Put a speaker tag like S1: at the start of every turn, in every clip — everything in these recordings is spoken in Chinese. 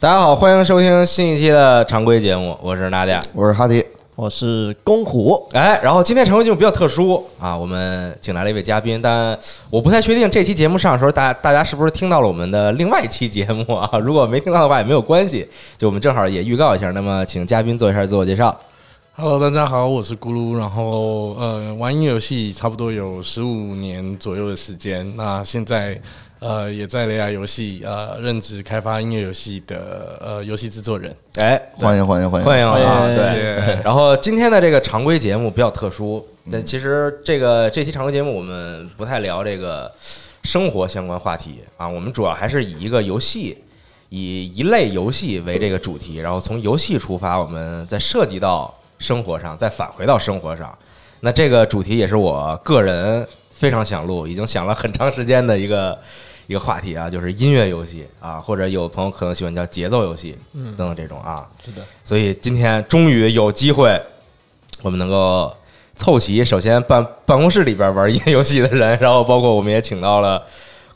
S1: 大家好，欢迎收听新一期的常规节目，我是娜姐。
S2: 我是哈迪，
S3: 我是公虎，
S1: 哎，然后今天常规节目比较特殊啊，我们请来了一位嘉宾，但我不太确定这期节目上的时候，大大家是不是听到了我们的另外一期节目啊？如果没听到的话也没有关系，就我们正好也预告一下。那么，请嘉宾做一下自我介绍。
S4: Hello，大家好，我是咕噜。然后呃，玩音乐游戏差不多有十五年左右的时间。那现在呃，也在雷亚游戏呃任职开发音乐游戏的呃游戏制作人。
S1: 哎，
S2: 欢迎欢迎欢迎！
S1: 欢迎啊，
S3: 哎
S1: 对。
S4: 谢谢。
S1: 然后今天的这个常规节目比较特殊，但其实这个这期常规节目我们不太聊这个生活相关话题啊，我们主要还是以一个游戏，以一类游戏为这个主题，然后从游戏出发，我们再涉及到生活上，再返回到生活上。那这个主题也是我个人非常想录，已经想了很长时间的一个一个话题啊，就是音乐游戏啊，或者有朋友可能喜欢叫节奏游戏，嗯，等等这种啊。
S3: 是的，
S1: 所以今天终于有机会，我们能够凑齐，首先办办公室里边玩音乐游戏的人，然后包括我们也请到了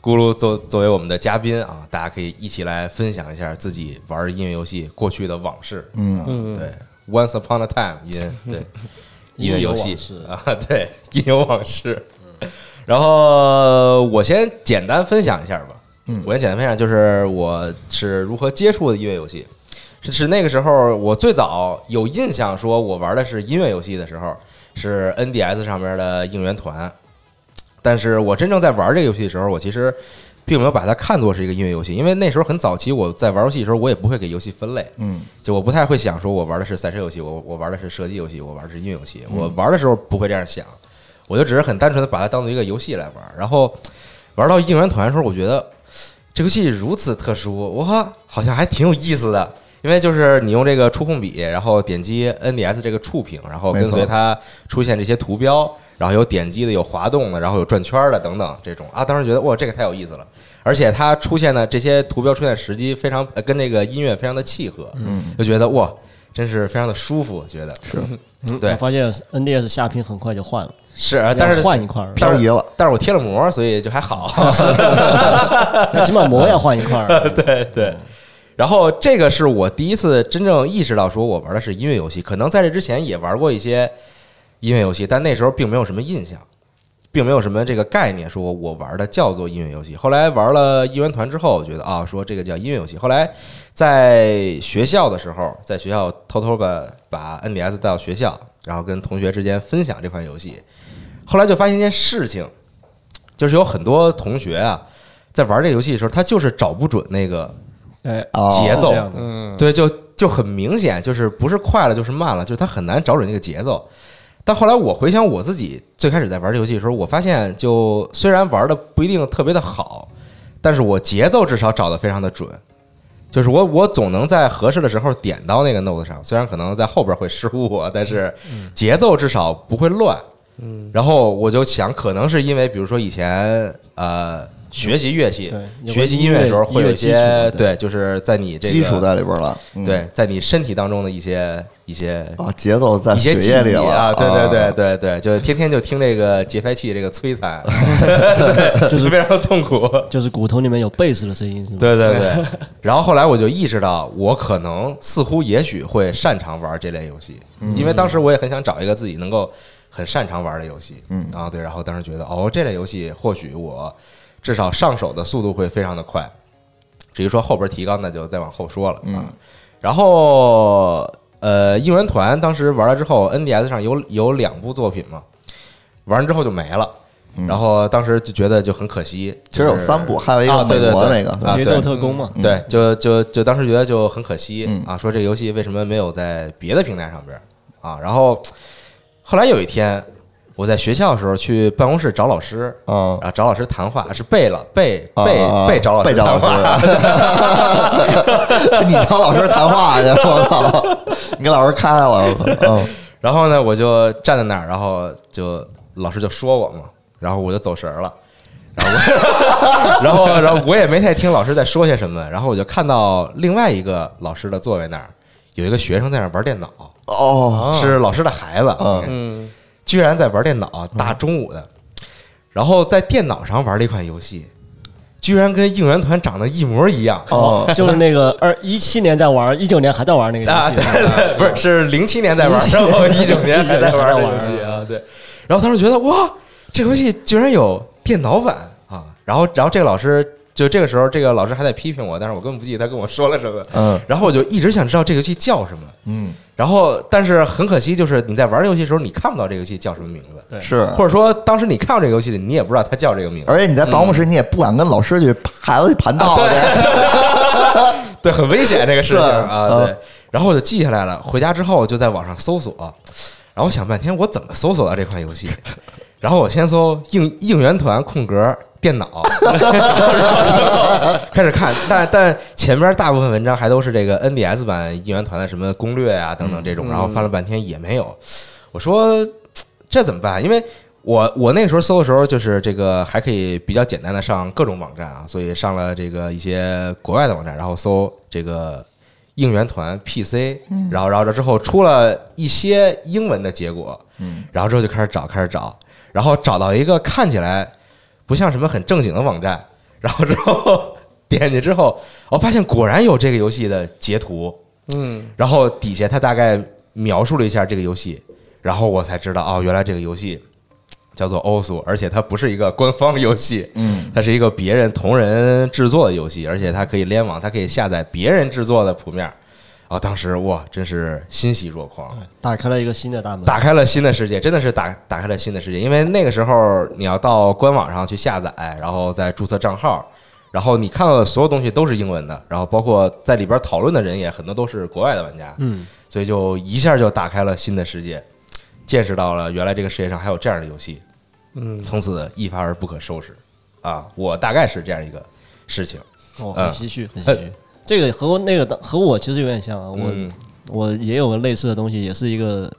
S1: 咕噜作作为我们的嘉宾啊，大家可以一起来分享一下自己玩音乐游戏过去的往事。
S2: 嗯
S1: 嗯，对，Once upon a time 音对音乐游戏
S3: 音游往
S1: 啊， 对音游往事。嗯然后我先简单分享一下吧。嗯，我先简单分享，就是我是如何接触的音乐游戏。是是那个时候，我最早有印象，说我玩的是音乐游戏的时候，是 NDS 上面的应援团。但是我真正在玩这个游戏的时候，我其实并没有把它看作是一个音乐游戏，因为那时候很早期，我在玩游戏的时候，我也不会给游戏分类，
S2: 嗯，
S1: 就我不太会想说我玩的是赛车游戏，我我玩的是射击游戏，我玩的是音乐游戏，我玩的时候不会这样想，我就只是很单纯的把它当做一个游戏来玩，然后玩到应援团的时候，我觉得这个游戏如此特殊，我好像还挺有意思的。因为就是你用这个触控笔，然后点击 NDS 这个触屏，然后跟
S2: 没
S1: 随
S2: 错
S1: 它出现这些图标，然后有点击的，有滑动的，然后有转圈的等等这种啊，当时觉得哇，这个太有意思了。而且它出现的这些图标出现的时机非常、呃跟这个音乐非常的契合，嗯，就觉得哇，真是非常的舒服，觉得是
S3: 嗯
S1: 对
S3: 我发现 NDS 下屏很快就换了，
S1: 是，啊但
S3: 要
S1: 是
S3: 换一块儿，
S2: 漂移了，
S1: 但是我贴了膜，所以就还好。
S3: 那起码膜要换一块儿。
S1: 对对。然后这个是我第一次真正意识到，说我玩的是音乐游戏。可能在这之前也玩过一些音乐游戏，但那时候并没有什么印象，并没有什么这个概念，说我玩的叫做音乐游戏。后来玩了应援团之后，我觉得啊，说这个叫音乐游戏。后来在学校的时候，在学校偷偷把把 NDS 带到学校，然后跟同学之间分享这款游戏。后来就发现一件事情，就是有很多同学啊，在玩这个游戏的时候，他就是找不准那个
S3: 哎，
S2: 哦
S1: 节奏
S3: 是这样的，
S4: 嗯，
S1: 对，就就很明显，就是不是快了就是慢了，就是他很难找准那个节奏。但后来我回想我自己最开始在玩这游戏的时候，我发现，就虽然玩的不一定特别的好，但是我节奏至少找的非常的准，就是我我总能在合适的时候点到那个 note 上，虽然可能在后边会失误啊，但是
S3: 嗯
S1: 节奏至少不会乱。嗯，然后我就想，可能是因为比如说以前呃学习乐器
S3: 对、有个
S1: 学习
S3: 音
S1: 音乐的时候
S3: 乐
S1: 会有
S3: 音
S1: 一
S3: 乐基础
S1: 些
S3: 的
S1: 对，就是在你这个
S2: 基础在里边了，嗯
S1: 对，在你身体当中的一些一些
S2: 啊，节奏在
S1: 一
S2: 血
S1: 些记
S2: 液里
S1: 忆
S2: 了
S1: 啊，对对对
S2: 啊
S1: 对对，就天天就听这个节拍器这个摧 残，对
S3: 就是
S1: 非常痛苦。
S3: 就是骨头里面有贝斯的声音，是吗？
S1: 对对对，然后后来我就意识到，我可能似乎也许会擅长玩这类游戏，因为当时我也很想找一个自己能够很擅长玩的游戏。
S2: 嗯
S1: 啊，对，然后当时觉得，哦，这类游戏或许我至少上手的速度会非常的快。至于说后边提纲，那就再往后说了。
S2: 嗯
S1: 啊，然后呃，应援团当时玩了之后，NDS 上有有两部作品嘛，玩完之后就没了。然后当时就觉得就很可惜，
S2: 其实有
S1: 就是
S2: 三部，还有一个
S1: 啊对
S2: 美
S1: 对
S2: 国
S1: 对
S2: 那个
S1: 啊
S3: 节奏特工嘛，
S1: 对，就就就当时觉得就很可惜、
S2: 嗯
S1: 啊，说这个游戏为什么没有在别的平台上边儿啊？然后后来有一天，我在学校的时候去办公室找老师，
S2: 啊
S1: 啊，找老师谈话是背了背
S2: 啊
S1: 背
S2: 啊
S1: 背找老
S2: 被
S1: 师
S2: 找
S1: 谈
S2: 老啊
S1: 话，
S2: 师， 你找老师谈话去，我操， 你给老师开了，我操 哦
S1: 然后呢，我就站在那儿，然后就老师就说我嘛，然后我就走神儿了。然后我， 然后，然后我也没太听老师在说些什么，然后我就看到另外一个老师的座位那儿有一个学生在那儿玩电脑，
S2: 哦，
S1: 是老师的孩子，
S2: 嗯
S4: 嗯，
S1: 居然在玩电脑，大中午的，然后在电脑上玩了一款游戏，居然跟应援团长得一模一样。
S2: 哦，
S3: 就是那个二一七年在玩，一九年还在玩那个
S1: 啊，
S3: 游
S1: 对
S3: 戏。
S1: 对，不是是零七年在玩，
S3: 07
S1: 然后一九年还在玩这
S3: 还
S1: 游
S3: 在
S1: 戏
S3: 玩
S1: 啊，对。然后当时觉得哇，这游戏居然有电脑版啊！然后，然后这个老师就这个时候，这个老师还在批评我，但是我根本不记得他跟我说了什么。
S2: 嗯
S1: 然后我就一直想知道这个游戏叫什么。
S2: 嗯，
S1: 然后，但是很可惜，就是你在玩游戏的时候，你看不到这个游戏叫什么名字，
S3: 对
S2: 是。
S1: 或者说当时你看到这个游戏的，你也不知道它叫这个名字。
S2: 啊而且你在保
S1: 嗯
S2: 姆室，你也不敢跟老师去孩子去盘道
S1: 啊
S2: 去，
S1: 对，很危险这个事情啊，
S2: 对嗯
S1: 对。然后我就记下来了，回家之后我就在网上搜索，然后我想半天我怎么搜索到这款游 戏，然后我先搜应应援团空格电脑， 开始看，但但前面大部分文章还都是这个 NDS 版应援团的什么攻略啊等等这
S2: 嗯
S1: 种，然后翻了半天也没有，我说这怎么办？因为我我那时候搜的时候，就是这个还可以比较简单的上各种网站啊，所以上了这个一些国外的网站，然后搜这个应援团 PC，然后然后之后出了一些英文的结果，
S2: 嗯，
S1: 然后之后就开始找，开始找，然后找到一个看起来不像什么很正经的网站，然后之后 点进去之后，我发现果然有这个游戏的截图，
S4: 嗯，
S1: 然后底下他大概描述了一下这个游戏，然后我才知道哦，原来这个游戏叫做欧苏，而且它不是一个官方游戏，
S2: 嗯，
S1: 它是一个别人同人制作的游戏，而且它可以联网，它可以下载别人制作的谱面儿。哦，当时哇，真是欣喜若狂，
S3: 打开了一个新的大门。
S1: 打开了新的世界，真的是打打开了新的世界。因为那个时候你要到官网上去下载，然后再注册账号，然后你看到的所有东西都是英文的，然后包括在里边讨论的人也很多都是国外的玩家，
S3: 嗯，
S1: 所以就一下就打开了新的世界，见识到了原来这个世界上还有这样的游戏，
S4: 嗯，
S1: 从此一发而不可收拾啊！我大概是这样一个事情，
S3: 哦，很
S1: 嗯
S3: 唏嘘，很唏嘘。这个和我那个和我其实有点像啊，我
S1: 嗯
S3: 我也有个类似的东西，也是一个，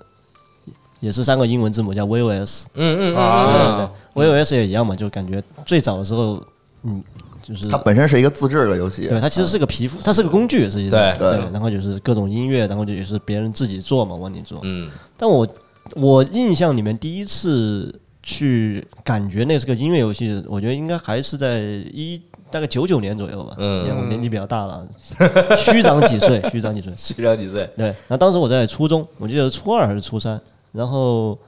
S3: 也是三个英文字母
S1: 啊
S3: 叫 VOS，
S1: 嗯嗯
S4: 啊，
S3: 对对对，VOS 也一样嘛，就感觉最早的时候，嗯，就是
S2: 它本身是一个自制的游戏，
S3: 对它其实是个皮肤，它是个工具，实际上
S1: 嗯对
S2: 对
S3: 然后就是各种音乐，然后就是别人自己做嘛，往里做。
S1: 嗯
S3: 但我我印象里面第一次去感觉那是个音乐游戏，我觉得应该还是在一大概九九年左右吧，
S1: 嗯
S3: 我年纪比较 大了，虚长几岁，虚长几岁。
S1: 虚长几岁，
S3: 对，然后当时我在初中，我记得是初二还是初三，然后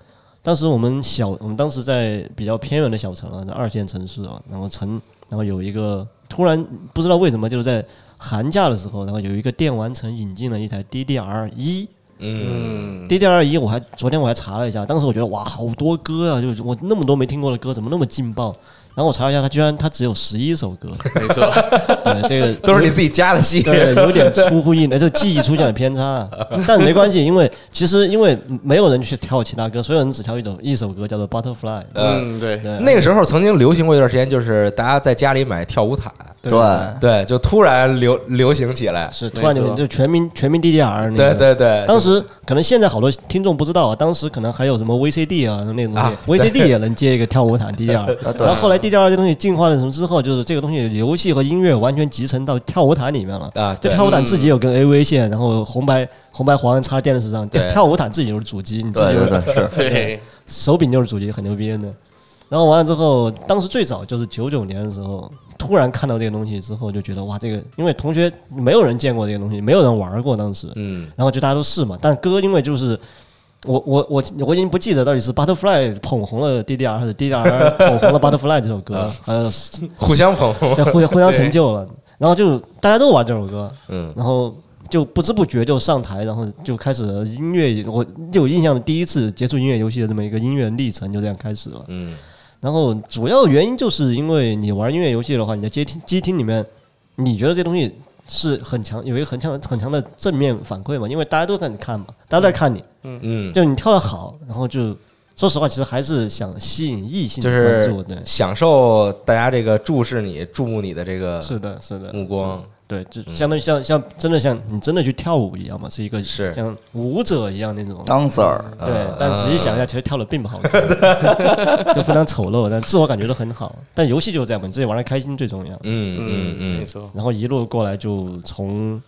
S3: 当时我们小，我们当时在比较偏远的小城啊，在二线城市啊，然后城，然后有一个突然不知道为什么，就是在寒假的时候，然后有一个电玩城引进了一台 DDR 一。
S1: 嗯
S4: 嗯，
S3: DDR 一，我还昨天我还查了一下，当时我觉得哇，好多歌啊，就是我那么多没听过的歌，怎么那么劲爆？然后我查了一下，它居然它只有十一首歌，
S4: 没错，
S3: 对，这个
S1: 都是你自己加的戏，
S3: 对，有点出乎意料，这记忆出现了偏差，但没关系，因为其实因为没有人去跳其他歌，所有人只跳一首一首歌，叫做《Butterfly》。
S4: 嗯，对，
S3: 对，
S1: 那个时候曾经流行过一段时间，就是大家在家里买跳舞毯，
S2: 对，
S1: 对，就突然流流行起来。
S3: 嗯是突然
S4: 没
S3: 就
S4: 错
S3: 就全民全民 DDR 那
S1: 对
S3: 个。
S1: 对对，
S3: 当时可能现在好多听众不知道啊，当时可能还有什么 VCD 啊那种东
S1: 啊
S3: 西，VCD 也能接一个跳舞毯 DDR，然后后来 DDR 这东西进化成之后，就是这个东西游戏和音乐完全集成到跳舞毯里面了。
S1: 啊，
S3: 这
S1: 对
S3: 跳舞毯自己有根 AV 线，然后红白红白黄插电视上，
S1: 对
S3: 跳舞毯自己就是主机，你自己
S2: 对
S3: 就是
S2: 对对，是，
S4: 对，
S3: 手柄就是主机，很牛逼的。然后完了之后，当时最早就是九九年的时候，突然看到这个东西之后，就觉得哇，这个因为同学没有人见过这个东西，没有人玩过当时，
S1: 嗯
S3: 然后就大家都试嘛。但歌因为就是我我我我已经不记得到底是 Butterfly 捧红了 DDR 还是 DDR 捧红了 Butterfly 这首歌，呃，
S1: 互相捧 红，
S3: 对互相互相成 就了。然后就大家都玩这首歌，
S1: 嗯
S3: 然后就不知不觉就上台，然后就开始了音乐。我有印象的第一次接触音乐游戏的这么一个音乐历程就这样开始了。
S1: 嗯
S3: 然后主要原因就是因为你玩音乐游戏的话，你在街听机厅里面，你觉得这东西是很强，有一个很强很强的正面反馈嘛，因为大家都在看嘛，大家都在看你，
S1: 嗯，
S3: 就你跳的好，然后就说实话，其实还是想吸引异性
S1: 就
S3: 的关
S1: 是
S3: 注，对。
S1: 享受大家这个注视你、注目你的这个
S3: 是的，是的，
S1: 目光。
S3: 对，就
S1: 嗯
S3: 相当于像像真的像你真的去跳舞一样嘛，是一个
S1: 是啊
S3: 像舞者一样那种。
S2: 当 sir，
S3: 对，但仔细
S1: 嗯
S3: 想一下，其实跳的并不好看， 就非常丑陋，但自我感觉都很好。但游戏就是这样嘛，你自己玩的开心最重要。
S1: 嗯
S4: 嗯，没
S1: 嗯
S4: 错，
S3: 然后一路过来就从，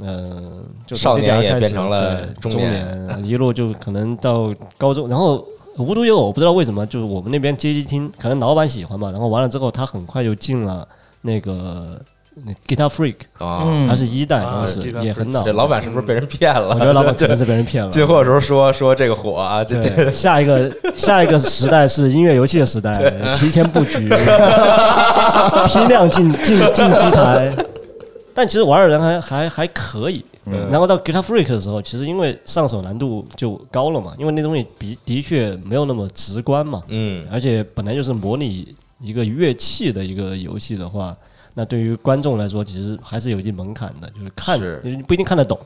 S3: 呃，就从
S1: 少年
S3: DDR
S1: 也
S3: 开始
S1: 变成了
S3: 对
S1: 中
S3: 中
S1: 年
S3: 年，然后一路就可能到高中，然后无独有偶，不知道为什么，就是我们那边街机厅可能老板喜欢嘛，然后完了之后他很快就进了那个那 Guitar Freak，
S1: 啊，
S2: 嗯
S3: 他是一代
S4: 啊
S3: 当时
S4: Guitar
S3: 也
S4: Freak
S3: 嗯很老嗯
S1: 这，老板是不是被人骗了？
S3: 我觉得老板可能是被人骗 了。
S1: 最后的时候说说这个火啊，这这
S3: 对，下一个下一个时代是音乐游戏的时代，提前布局， 批量进进进机台。但其实玩的人还还还可以，
S1: 嗯
S3: 然后到 Guitar Freak 的时候，其实因为上手难度就高了嘛，因为那东西比的确没有那么直观嘛，
S1: 嗯
S3: 而且本来就是模拟一个乐器的一个游戏的话，那对于观众来说，其实还是有一定门槛的，就是看
S1: 是嗯
S3: 你不一定看得懂。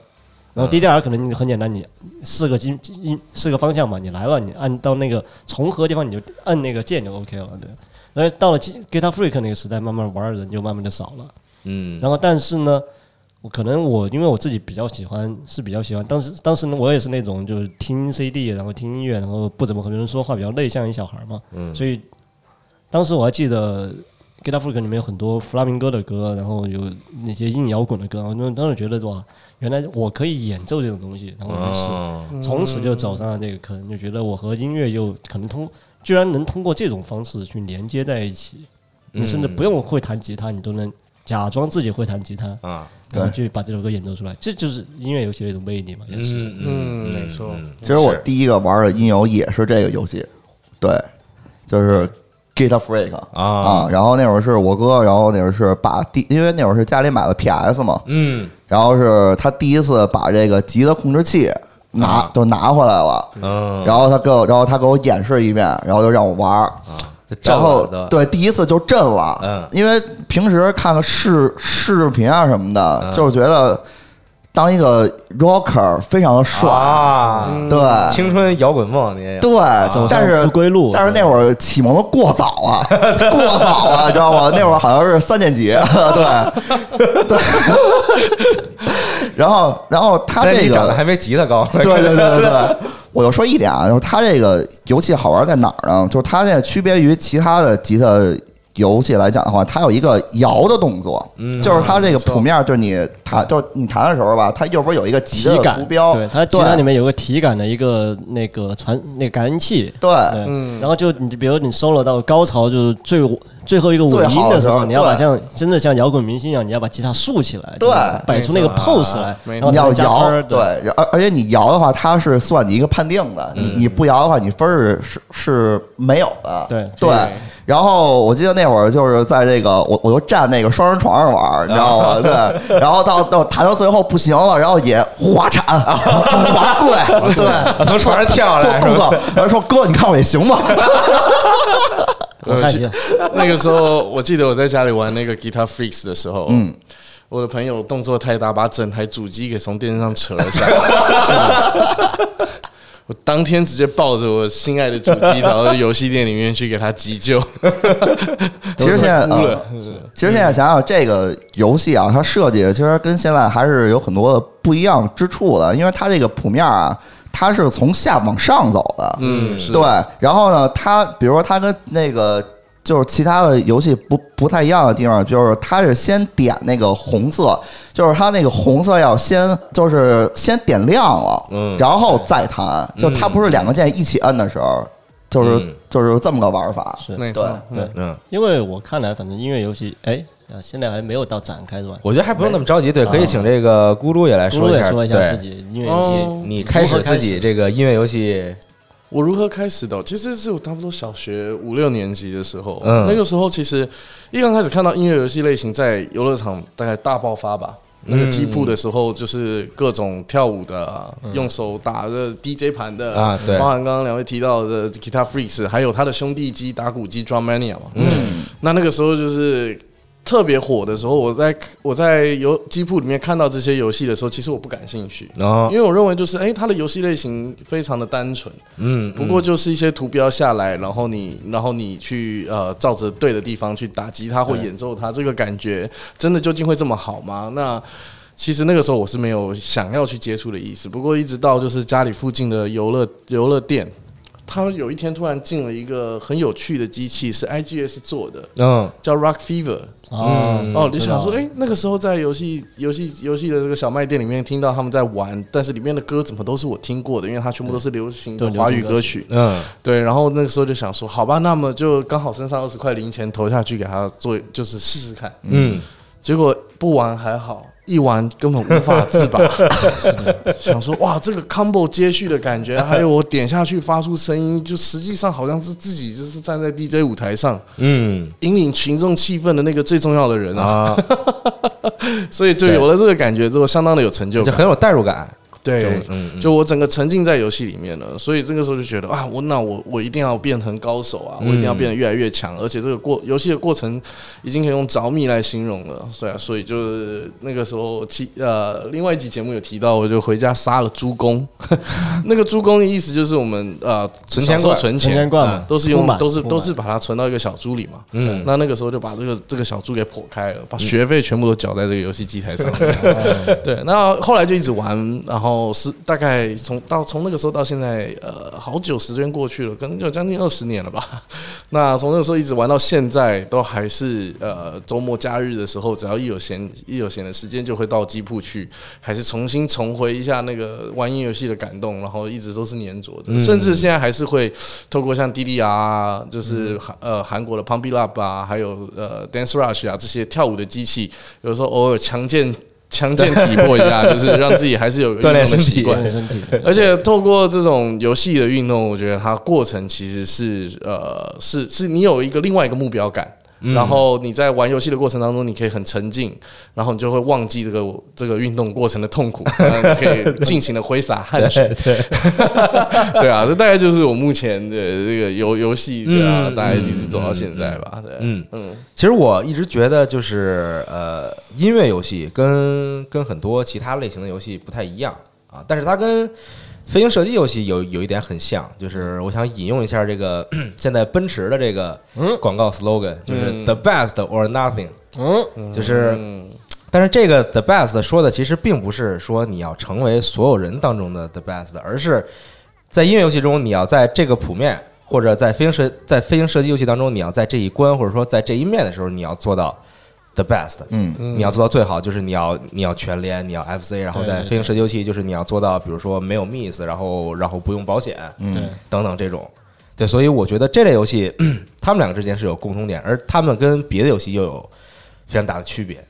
S3: 然后 DDR 可能你很简单，你四个音音四个方向嘛，你来了，你按到那个重合地方，你就按那个键就 OK 了，对。但是到了 Guitar Freak 那个时代，慢慢玩儿的人就慢慢的少了。
S1: 嗯
S3: 然后但是呢，我可能我因为我自己比较喜欢，是比较喜欢。当时当时呢，我也是那种就是听 CD，然后听音乐，然后不怎么和别人说话，比较内向一小孩嘛。
S1: 嗯
S3: 所以当时我还记得。Get Up Freak 里面有很多弗拉明戈的歌，然后有那些硬摇滚的歌，然后当当时觉得哇，原来我可以演奏这种东西，然后于是
S1: 哦
S3: 从此就走上了这个坑，就觉得我和音乐又可能通，居然能通过这种方式去连接在一起。
S2: 嗯
S3: 你甚至不用会弹吉他，你都能假装自己会弹吉他，
S1: 啊，
S3: 然后去把这首歌演奏出来。这就是音乐游戏的一种魅力嘛，也是。
S1: 嗯
S4: 嗯没错
S1: 嗯
S2: 其实我
S1: 是
S2: 第一个玩的音游也是这个游戏，对，就是 Guitar Freak
S1: 啊
S2: 然后那会儿是我哥，然后那会儿是把第，因为那会儿是家里买了 PS 嘛，
S1: 嗯
S2: 然后是他第一次把这个吉他控制器拿、
S1: 啊
S2: 就拿回来了，
S1: 嗯，
S2: 然后他给我，然后他给我演示一遍，然后就让我玩儿。
S1: 这啊震
S2: 然后
S1: 了都
S2: 对第一次就震了，
S1: 嗯
S2: 因为平时看个视视频啊什么的，
S1: 嗯
S2: 就是觉得当一个 rocker 非常的帅，
S1: 啊，
S2: 对，
S1: 青春摇滚梦你也有
S2: 对，
S3: 走上
S2: 但是
S3: 不归路
S2: 但是那会儿启蒙的过早 啊，过早啊，你知道吗？那会儿好像是三年级，啊对 对。然后，然后他
S1: 虽然
S2: 这
S1: 你长得
S2: 个，
S1: 还没吉他高呢，
S2: 对对 对对对，我就说一点啊，就是他这个游戏好玩在哪儿呢？就是它这个区别于其他的吉他游戏来讲的话，它有一个摇的动作，
S1: 嗯
S2: 就是它这
S4: 没
S2: 个
S4: 错
S2: 谱面，就是你弹，就是你弹的时候吧，它右边有一个吉
S3: 体
S2: 他的
S3: 感
S2: 图标，
S3: 对，它吉他里面有个体感的一个那个传那个感应器，
S2: 对
S3: 对，
S4: 嗯
S3: 然后就你比如你收了到高潮，就是最最后一个尾
S2: 最
S3: 音
S2: 好的
S3: 的时
S2: 时
S3: 候，
S2: 候
S3: 你要把
S2: 对
S3: 像真的像摇滚明星一样，你要把吉他竖起来，
S2: 对啊
S3: 就是摆出那个
S4: 没
S3: pose 来，
S4: 没错
S3: 然后
S2: 你
S3: 才
S2: 要
S3: 能加分
S2: 摇
S3: 儿，，
S2: 对，而而且你摇的话，它是算你一个判定的，你你不摇的话，你分儿是是是没有的，
S3: 对
S2: 对
S4: 对。
S2: 然后我记得那会儿就是在这个我我就站那个双人床上玩儿，你知道吗？ 对，然后到到弹到最后不行了，然后也滑铲滑跪，对，
S1: 从床上跳下
S2: 做
S1: 来，
S2: 动作，然后说哥，你看我也行吗？
S1: 呃
S3: 我看一下，
S4: 那个时候，我记得我在家里玩那个 Guitar Freaks 的时候，嗯，我的朋友动作太大，把整台主机给从电视上扯 了下来。我当天直接抱着我心爱的主 机，跑到游戏店里面去给他急救。
S2: 其实现在
S4: 哭了
S2: 呃其实现在想想这个游戏啊，它设计其实跟现在还是有很多不一样之处的，因为它这个谱面啊，它是从下往上走的，
S4: 嗯，是
S2: 对。然后呢，它比如说它跟那个就是其他的游戏不不太一样的地方，就是它是先点那个红色，就是它那个红色要先就是先点亮了，
S1: 嗯
S2: 然后再弹，就它不是两个键一起摁的时候，就是、
S1: 嗯
S2: 就是这么个玩法，
S3: 是
S4: 没
S2: 对
S4: 错，嗯
S1: 嗯，
S3: 因为我看来，反正音乐游戏，哎，啊，现在还没有到展开是吧？
S1: 我觉得还不用那么着急，对，可以请这个咕噜也来
S3: 咕噜
S1: 一
S3: 也
S1: 下，
S3: 啊说一下
S1: 对
S3: 自己音乐游
S4: 哦
S3: 戏，
S1: 你开始自己这个音乐游戏，
S4: 我如何开始的？其实是我差不多小学五六年级的时候，
S1: 嗯
S4: 那个时候其实一刚开始看到音乐游戏类型在游乐场大概大爆发吧。
S1: 嗯
S4: 那个机铺的时候，就是各种跳舞的啊，用手打的 DJ 盘的
S1: 嗯啊对
S4: 包含刚刚两位提到的 Guitar Freaks，还有他的兄弟机打鼓机 Drum Mania 嘛。嗯，那那个时候就是特别火的时候，我在我在游机铺里面看到这些游戏的时候，其实我不感兴趣，
S1: 然后
S4: 因为我认为就是哎，它的游戏类型非常的单纯，
S1: 嗯，
S4: 不过就是一些图标下来，然后你，然后你去呃，照着对的地方去打吉他或演奏它，这个感觉真的究竟会这么好吗？那其实那个时候我是没有想要去接触的意思，不过一直到就是家里附近的游乐游乐店。他有一天突然进了一个很有趣的机器，是 IGS 做的，
S1: 嗯
S4: 叫 Rock Fever。
S3: 啊
S1: 嗯
S4: 哦，你想说，
S3: 知道
S4: 哎、那个时候在游戏、游戏、游戏的这个小卖店里面听到他们在玩，但是里面的歌怎么都是我听过的，因为它全部都是流行的
S3: 对
S4: 华语
S3: 流行歌
S4: 歌曲。
S1: 嗯
S4: 对，然后那个时候就想说，好吧，那么就刚好身上二十块零钱投下去给他做，就是试试看。
S1: 嗯，
S4: 结果不玩还好，一玩根本无法自拔。 想说哇，这个 combo 接续的感觉，还有我点下去发出声音，就实际上好像是自己就是站在 DJ 舞台上
S1: 嗯
S4: 引领群众气氛的那个最重要的人 啊，
S1: 啊，
S4: 所以就有了这个感觉之后，相当的有成就
S1: 就
S4: 感。
S1: 很有代入感，就
S4: 对，
S1: 嗯嗯
S4: 就我整个沉浸在游戏里面了，所以这个时候就觉得啊，我那我我一定要变成高手啊，我
S1: 嗯
S4: 一定要变得越来越强，而且这个过游戏的过程已经可以用着迷来形容了，所以、啊、所以就是那个时候提呃，另外一集节目有提到，我就回家杀了猪公， 那个猪公的意思就是我们呃
S1: 存钱罐
S4: 小时候存
S3: 人间
S4: 钱。
S3: 罐
S1: 啊
S3: 嘛，
S4: 都是
S3: 铺
S4: 用
S3: 满
S4: 都是
S3: 铺
S4: 都
S3: 满
S4: 是把它存到一个小猪里嘛，
S1: 嗯
S4: 那那个时候就把这个这个小猪给破开了，把
S3: 嗯
S4: 学费全部都缴在这个游戏机台上面。 对，那后来就一直玩，然后是大概从到从那个时候到现在，呃，好久时间过去了，可能有将近二十年了吧。那从那个时候一直玩到现在，都还是呃周末假日的时候，只要一有闲一有闲的时间，就会到机铺去，还是重新重回一下那个玩音游戏的感动，然后一直都是粘着的，甚至现在还是会透过像 DDR 啊，就是韩、呃韩国的 p u m p Lab 啊，还有呃 Dance Rush 啊这些跳舞的机器，有时候偶尔强健强健体魄一下，就是让自己还是有运动
S1: 锻炼
S4: 的
S1: 身体
S4: 习惯。
S3: 锻炼身体，
S4: 而且透过这种游戏的运动，我觉得它过程其实是呃，是是你有一个另外一个目标感。
S1: 嗯
S4: 然后你在玩游戏的过程当中，你可以很沉浸，然后你就会忘记这个这个运动过程的 痛苦，然后你可以尽情的挥洒汗水。 对啊，这大概就是我目前的这个游游戏对啊
S1: 嗯，
S4: 大概一直走到现在吧。对，
S1: 嗯
S4: 嗯
S1: 其实我一直觉得，就是呃，音乐游戏跟跟很多其他类型的游戏不太一样啊，但是它跟飞行射击游戏有有一点很像，就是我想引用一下这个 现在奔驰的这个广告 slogan，就是
S4: 嗯
S1: “the best or nothing”，
S3: 嗯，
S1: 就是
S4: 嗯
S1: 但是这个 the best 说的其实并不是说你要成为所有人当中的 the best，而是在音乐游戏中，你要在这个谱面或者在飞行射在飞行射击游戏当中，你要在这一关或者说在这一面的时候，你要做到 the best，
S2: 嗯，
S1: 你要做到最好，就是你要你要全连，你要 FC，然后在
S3: 对对
S1: 飞行射击游戏就是你要做到，比如说没有 miss，然后然后不用保险，
S3: 对，
S1: 等等这种。对，所以我觉得这类游戏， 他们两个之间是有共同点，而他们跟别的游戏又有非常大的区别。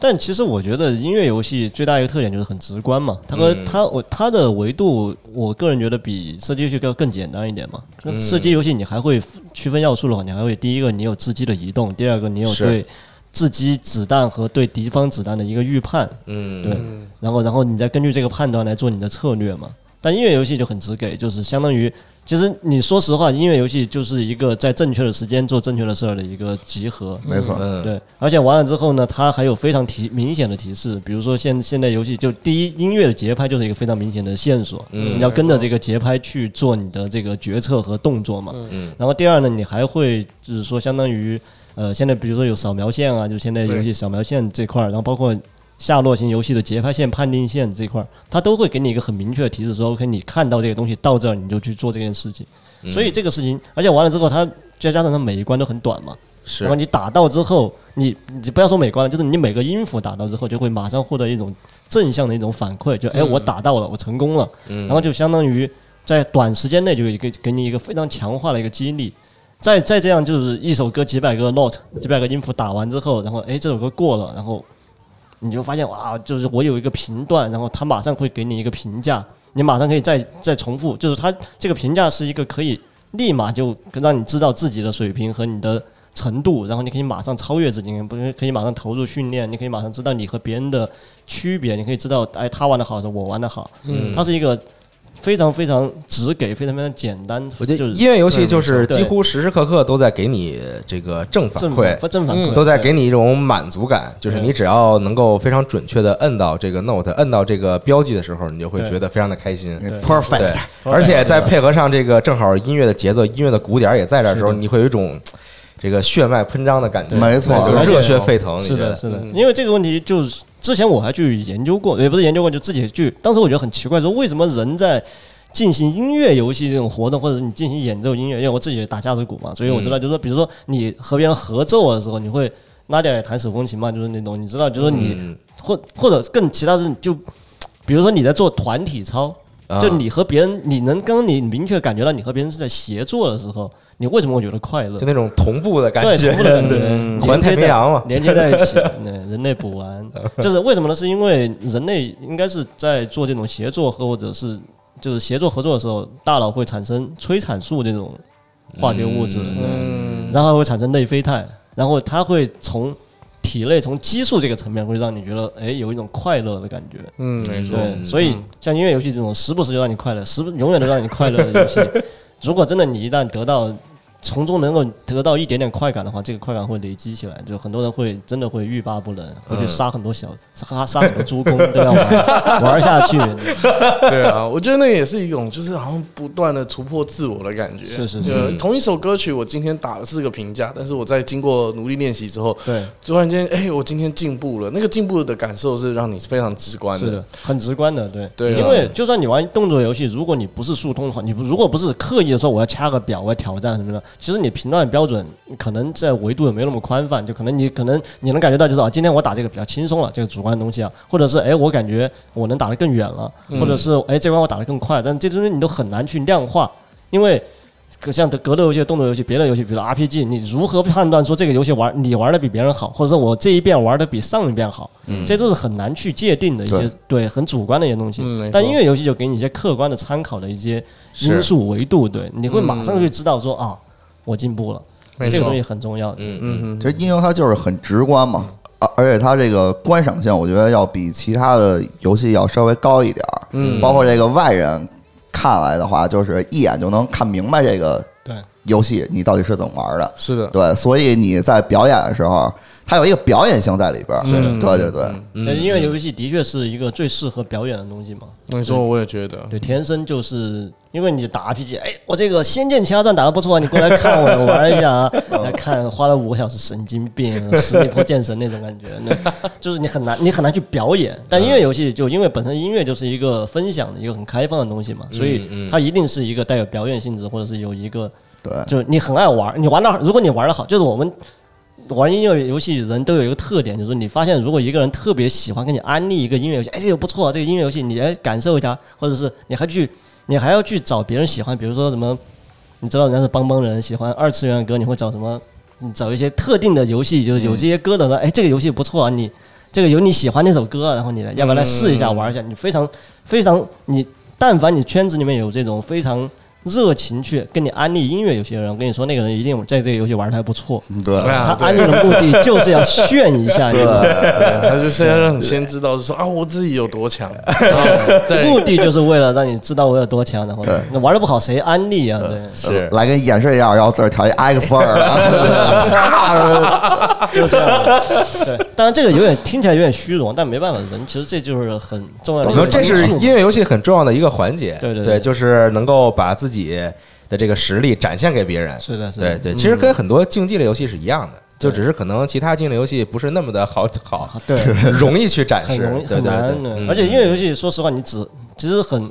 S3: 但其实我觉得音乐游戏最大一个特点就是很直观嘛，它
S1: 嗯
S3: 和它我它的维度，我个人觉得比射击游戏要更简单一点嘛。
S1: 嗯
S3: 射击游戏你还会区分要素的话，你还会第一个你有自己的移动，第二个你有
S1: 是
S3: 对自己子弹和对敌方子弹的一个预判，
S1: 嗯，
S3: 对，然后然后你再根据这个判断来做你的策略嘛。但音乐游戏就很直给，就是相当于，其实你说实话，音乐游戏就是一个在正确的时间做正确的事儿的一个集合。
S2: 没错，
S1: 嗯，
S3: 对，而且完了之后呢，它还有非常提明显的提示，比如说现现在游戏就第一音乐的节拍就是一个非常明显的线索，
S1: 嗯
S3: 你要跟着这个节拍去做你的这个决策和动作嘛。
S1: 嗯
S3: 然后第二呢，你还会就是说相当于呃，现在比如说有扫描线啊，就现在游戏扫描线这块儿，然后包括。下落型游戏的节拍线、判定线这块儿，它都会给你一个很明确的提示，说 OK，你看到这个东西到这儿，你就去做这件事情。所以这个事情，而且完了之后，它再加上它每一关都很短嘛，
S1: 是
S3: 然后你打到之后，你你不要说美观了，就是你每个音符打到之后，就会马上获得一种正向的一种反馈，就哎我打到了，我成功了，然后就相当于在短时间内就有一个给你一个非常强化的一个激励。再再这样就是一首歌几百个 note 几百个音符打完之后，然后哎这首歌过了，然后你就发现哇，就是我有一个评断，然后他马上会给你一个评价，你马上可以再再重复，就是他这个评价是一个可以立马就让你知道自己的水平和你的程度，然后你可以马上超越自己，你不是可以马上投入训练，你可以马上知道你和别人的区别，你可以知道哎他玩的好还是我玩的好，嗯，它是一个非常非常直给，非常非常简单，
S1: 我觉
S3: 就
S1: 得
S3: 是
S1: 音乐游戏就是
S3: 对
S1: 几乎时时刻刻都在给你这个正反
S3: 正
S1: 馈，嗯
S3: 反正反馈
S1: 都在给你一种满足感，就是
S3: 对
S1: 你只要能够非常准确的摁到这个 note，摁到这个标记的时候，你就会觉得非常的开心。对
S2: perfect，，
S1: 而且再配合上这个正好音乐的节奏，音乐的鼓点也在这儿的时候，
S3: 是的
S1: 你会有一种这个血脉喷张的感觉，
S2: 没错
S1: 对就是热血沸腾。
S3: 是的，
S1: 你觉得
S3: 是的，因为这个问题就是之前我还去研究过，也不是研究过，就自己去。当时我觉得很奇怪，说为什么人在进行音乐游戏这种活动，或者是你进行演奏音乐，因为我自己也打架子鼓嘛，所以我知道，就是说，比如说你和别人合奏的时候，你会拉点弹手风琴嘛，就是那种，你知道，就是说你
S1: 嗯
S3: 或或者更其他是就，比如说你在做团体操，
S1: 啊
S3: 就你和别人，你能跟你明确感觉到你和别人是在协作的时候，你为什么会觉得快乐
S1: 就？那种同步的感
S3: 对，
S1: 觉，
S3: 全部的感觉
S4: 嗯
S3: 连接
S1: 环太平洋嘛
S3: 在连接在一起。 对，人类补完，就是为什么呢？是因为人类应该是在做这种协作和或者是就是协作合作的时候，大脑会产生催产素这种化学物质，
S4: 嗯
S3: 然后会产生内啡肽，然后它会从体内从激素这个层面会让你觉得哎有一种快乐的感觉。
S4: 嗯，没错，
S3: 对，所以像音乐游戏这种时不时就让你快乐，时不永远都让你快乐的游戏， 如果真的你一旦得到从中能够得到一点点快感的话，这个快感会累积起来，就很多人会真的会欲罢不能，会去杀很多小杀杀很多猪公都要玩 玩下去。
S4: 对啊，我觉得那也是一种，就是好像不断的突破自我的感觉。
S3: 是是是
S4: 就同一首歌曲，我今天打了四个评价，但是我在经过努力练习之后，
S3: 对，
S4: 突然间，哎、我今天进步了。那个进步的感受是让你非常直观
S3: 是的，很直观的，对。
S4: 对啊
S3: 因为就算你玩动作游戏，如果你不是速通的话，你不如果不是刻意的说我要掐个表，我要挑战什么的，其实你评断标准可能在维度也没有那么宽泛，就可能你可能你能感觉到就是啊，今天我打这个比较轻松了，这个主观的东西啊，或者是哎我感觉我能打得更远了，或者是哎这关我打得更快，但这东西你都很难去量化，因为。可像格斗游戏、动作游戏、别的游戏，比如 RPG，你如何判断说这个游戏玩你玩的比别人好，或者说我这一遍玩的比上一遍好？这都是很难去界定的一些对很主观的一些东西
S4: 嗯没错。
S3: 但音乐游戏就给你一些客观的参考的一些因
S1: 是
S3: 素维度，对，你会马上就知道说啊，我进步了，
S4: 嗯没错
S3: 这个东西很重要。嗯，
S4: 嗯
S2: 其实音游它就是很直观嘛，啊而且它这个观赏性，我觉得要比其他的游戏要稍微高一点儿。
S4: 嗯
S2: 包括这个外人看来的话，就是一眼就能看明白这个
S3: 对
S2: 游戏你到底是怎么玩的。
S4: 是的，
S2: 对，所以你在表演的时候，它有一个表演性在里边儿。
S4: 是的
S2: 对对对，
S4: 嗯
S3: 但音乐游戏的确是一个最适合表演的东西嘛。
S4: 没错，我也觉 得。
S3: 对，天生就是因为你打 RPG，哎，我这个《仙剑奇侠传》打得不错，啊你过来看我我玩一下啊，来看花了五个小时，神经病，十里坡剑神那种感觉，那就是你很难你很难去表演。但音乐游戏就因为本身音乐就是一个分享的一个很开放的东西嘛，所以它一定是一个带有表演性质，或者是有一个
S2: 对
S3: 就是你很爱玩，你玩的如果你玩的好，就是我们玩音乐游戏人都有一个特点，就是你发现如果一个人特别喜欢给你安利一个音乐游戏，哎，这个不错，这个音乐游戏你来感受一下，或者是你还去你还要去找别人喜欢，比如说什么，你知道人家是帮帮人喜欢二次元的歌，你会找什么？你找一些特定的游戏，就是有这些歌的，说哎，这个游戏不错啊，你这个有你喜欢那首歌啊，然后你来，要不然来试一下玩一下，你非常非常你，但凡你圈子里面有这种非常。热情去跟你安利音乐游戏的人，我跟你说，那个人一定在这个游戏玩的还不错。
S2: 嗯对
S4: 对
S3: 他
S4: 啊，
S3: 安利的目的就是要炫一下，你知道 吗
S4: 对，他就是要让你先知道，说啊，我自己有多强，然后 再
S3: 目的就是为了让你知道我有多强，然后呢那玩的不好谁安利啊？对，
S1: 是
S2: 来给你演示一下，然后自个儿调一 X 倍儿啊的，
S3: 就是这样的。对，当然这个有点听起来有点虚荣，但没办法，人其实这就是很重要的一
S1: 然后
S3: 个
S1: 这是
S3: 因素
S1: 音乐游戏很重要的一个环节，
S3: 对
S1: 对
S3: 对对
S1: 就是能够把自己的这个实力展现给别人。
S3: 是的是的嗯
S1: 对对，其实跟很多竞技类游戏是一样的，就只是可能其他竞技游戏不是那么的好好
S3: 对，
S1: 容易去展
S3: 很
S1: 示，
S3: 容易
S1: 对
S3: 很
S1: 对对
S3: 难的
S1: 嗯。
S3: 而且音乐游戏，说实话，你只其实很，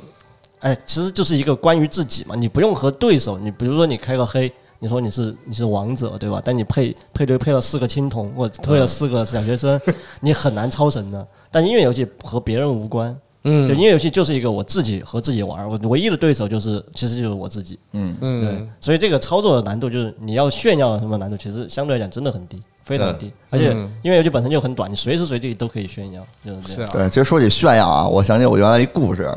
S3: 哎，其实就是一个关于自己嘛，你不用和对手，你比如说你开个黑。你说你是你是王者对吧？但你配配对配了四个青铜或者配了嗯四个小学生， 你很难超神的。但音乐游戏和别人无关，
S4: 嗯
S3: 就音乐游戏就是一个我自己和自己玩儿，我唯一的对手就是其实就是我自己。对
S4: 嗯，，
S3: 所以这个操作的难度就是你要炫耀什么难度，其实相对来讲真的很低，非常低。而且因为游戏本身就很短，你随时随地都可以炫耀，就是这
S4: 是啊，
S3: 样。
S2: 对，其实说起炫耀啊，我想起我原来一故事，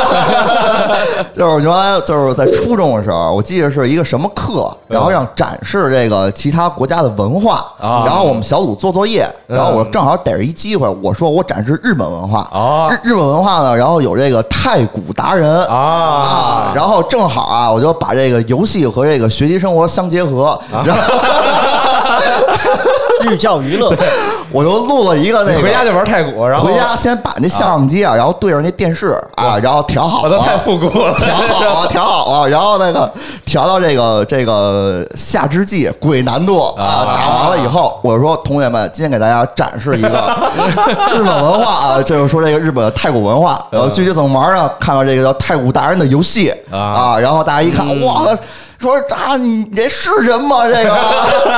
S2: 就是原来就是在初中的时候，我记得是一个什么课，然后让展示这个其他国家的文化，
S1: 啊嗯
S2: 然后我们小组做作业，然后我正好逮着一机会，我说我展示日本文化，
S1: 哦
S2: 日日本文化呢，然后有这个太古达人
S1: 啊
S2: 啊，然后正好啊，我就
S1: 啊
S2: 把这个游戏和这个学习生活相结合，然后。
S3: 寓教于乐。
S2: 我就录了一个那
S1: 你
S2: 个，
S1: 回家就玩太古，然后
S2: 回家先把那相机啊，然后对着那电视啊，然后调好
S1: 我
S2: 了
S1: 都，太复古了，
S2: 调好
S1: 啊
S2: 了，调好了，然后那个调到这个这个夏之际鬼难度啊，打完了以后，我说同学们，今天给大家展示 一个日本文化啊，这就是说这个日本的太古文化，然后具体怎么玩呢？看到这个叫太古达人的游戏
S1: 嗯啊嗯
S2: 啊，然后大家一看，哇！说啊，你这是人吗？这 个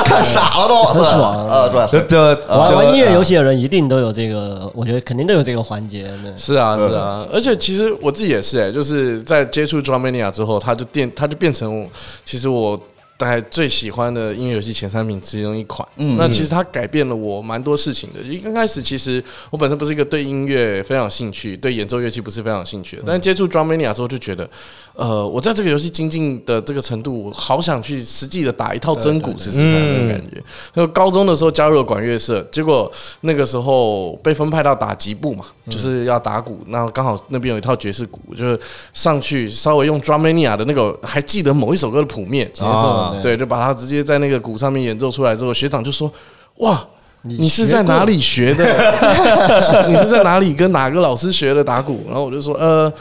S2: 看傻了都，
S3: 很
S2: 对
S3: 爽
S2: 呃，对，
S1: 就就
S3: 玩玩音乐游
S1: 戏
S3: 戏的人一定都有这个，我觉得肯定都有这个环节。 对
S4: 是啊，是啊，而且其实我自己也是、哎，就是在接触 Drummania 之后，它就变，它就变成我，其实我大概最喜欢的音乐游戏前三名其中一款。
S2: 嗯
S4: 那其实它改变了我蛮多事情的。一刚开始，其实我本身不是一个对音乐非常有兴趣，对演奏乐器不是非常有兴趣的，但是接触 Drummania 之后就觉得，呃，我在这个游戏精进的这个程度，我好想去实际的打一套真鼓试试看那种感觉。就高中的时候加入了管乐社，结果那个时候被分派到打击部嘛，就是要打鼓，然后刚好那边有一套爵士鼓，就是上去稍微用 Drummania 的那个，还记得某一首歌的谱面，
S3: 节奏，
S4: 对，就把它直接在那个鼓上面演奏出来之后，学长就说：“哇。”你是
S3: 学
S4: 在哪
S3: 过
S4: 里学的？你是在哪里跟哪个老师学的打鼓？然后我就说，呃，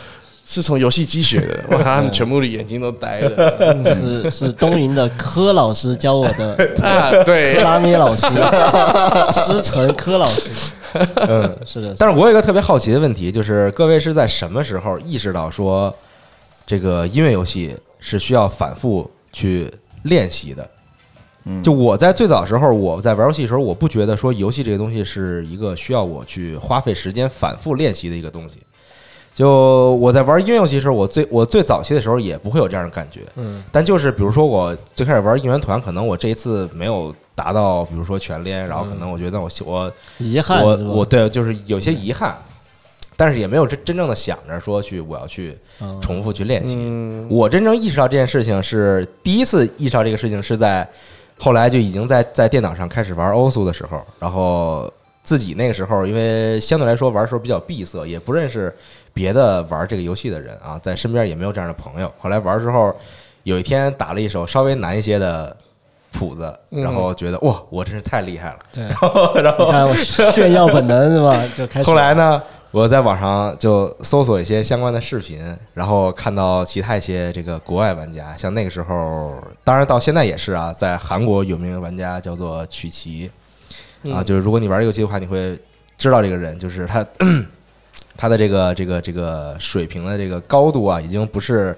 S4: 是从游戏机学的。哇，他们全部的眼睛都呆了。
S3: 是是东营的柯老师教我 的，
S4: 啊，
S3: 柯
S4: 对，
S3: 拉米老 师，师承柯老师。嗯，是的，
S1: 但是我有一个特别好奇的问题，就是各位是在什么时候意识到说这个音乐游戏是需要反复去练习的？
S2: 嗯
S1: 就我在最早时候，我在玩游戏的时候，我不觉得说游戏这个东西是一个需要我去花费时间反复练习的一个东西。就我在玩音乐游戏的时候，我最我最早期的时候也不会有这样的感觉，
S3: 嗯，
S1: 但就是比如说我最开始玩应援团，可能我这一次没有达到，比如说全练，然后可能我觉得我我
S3: 遗憾
S1: 我
S3: 是吧？
S1: 我对就是有些遗憾，但是也没有真真正的想着说去我要去
S3: 嗯
S1: 重复去练习。
S4: 嗯，
S1: 我真正意识到这件事情是第一次意识到这个事情是在后来就已经在在电脑上开始玩欧苏的时候，然后自己那个时候因为相对来说玩的时候比较闭塞，也不认识别的玩这个游戏的人啊，在身边也没有这样的朋友。后来玩的时候，有一天打了一首稍微难一些的谱子，然后觉得哇，我真是太厉害了。
S3: 对
S1: 然后然后
S3: 你看我炫耀本能是 吧？就开始。
S1: 后来呢，我在网上就搜索一些相关的视频，然后看到其他一些这个国外玩家，像那个时候，当然到现在也是啊，在韩国有名的玩家叫做曲奇
S3: 嗯
S1: 啊，就是如果你玩这个游戏的话，你会知道这个人，就是他他的这个这个这个水平的这个高度啊，已经不是。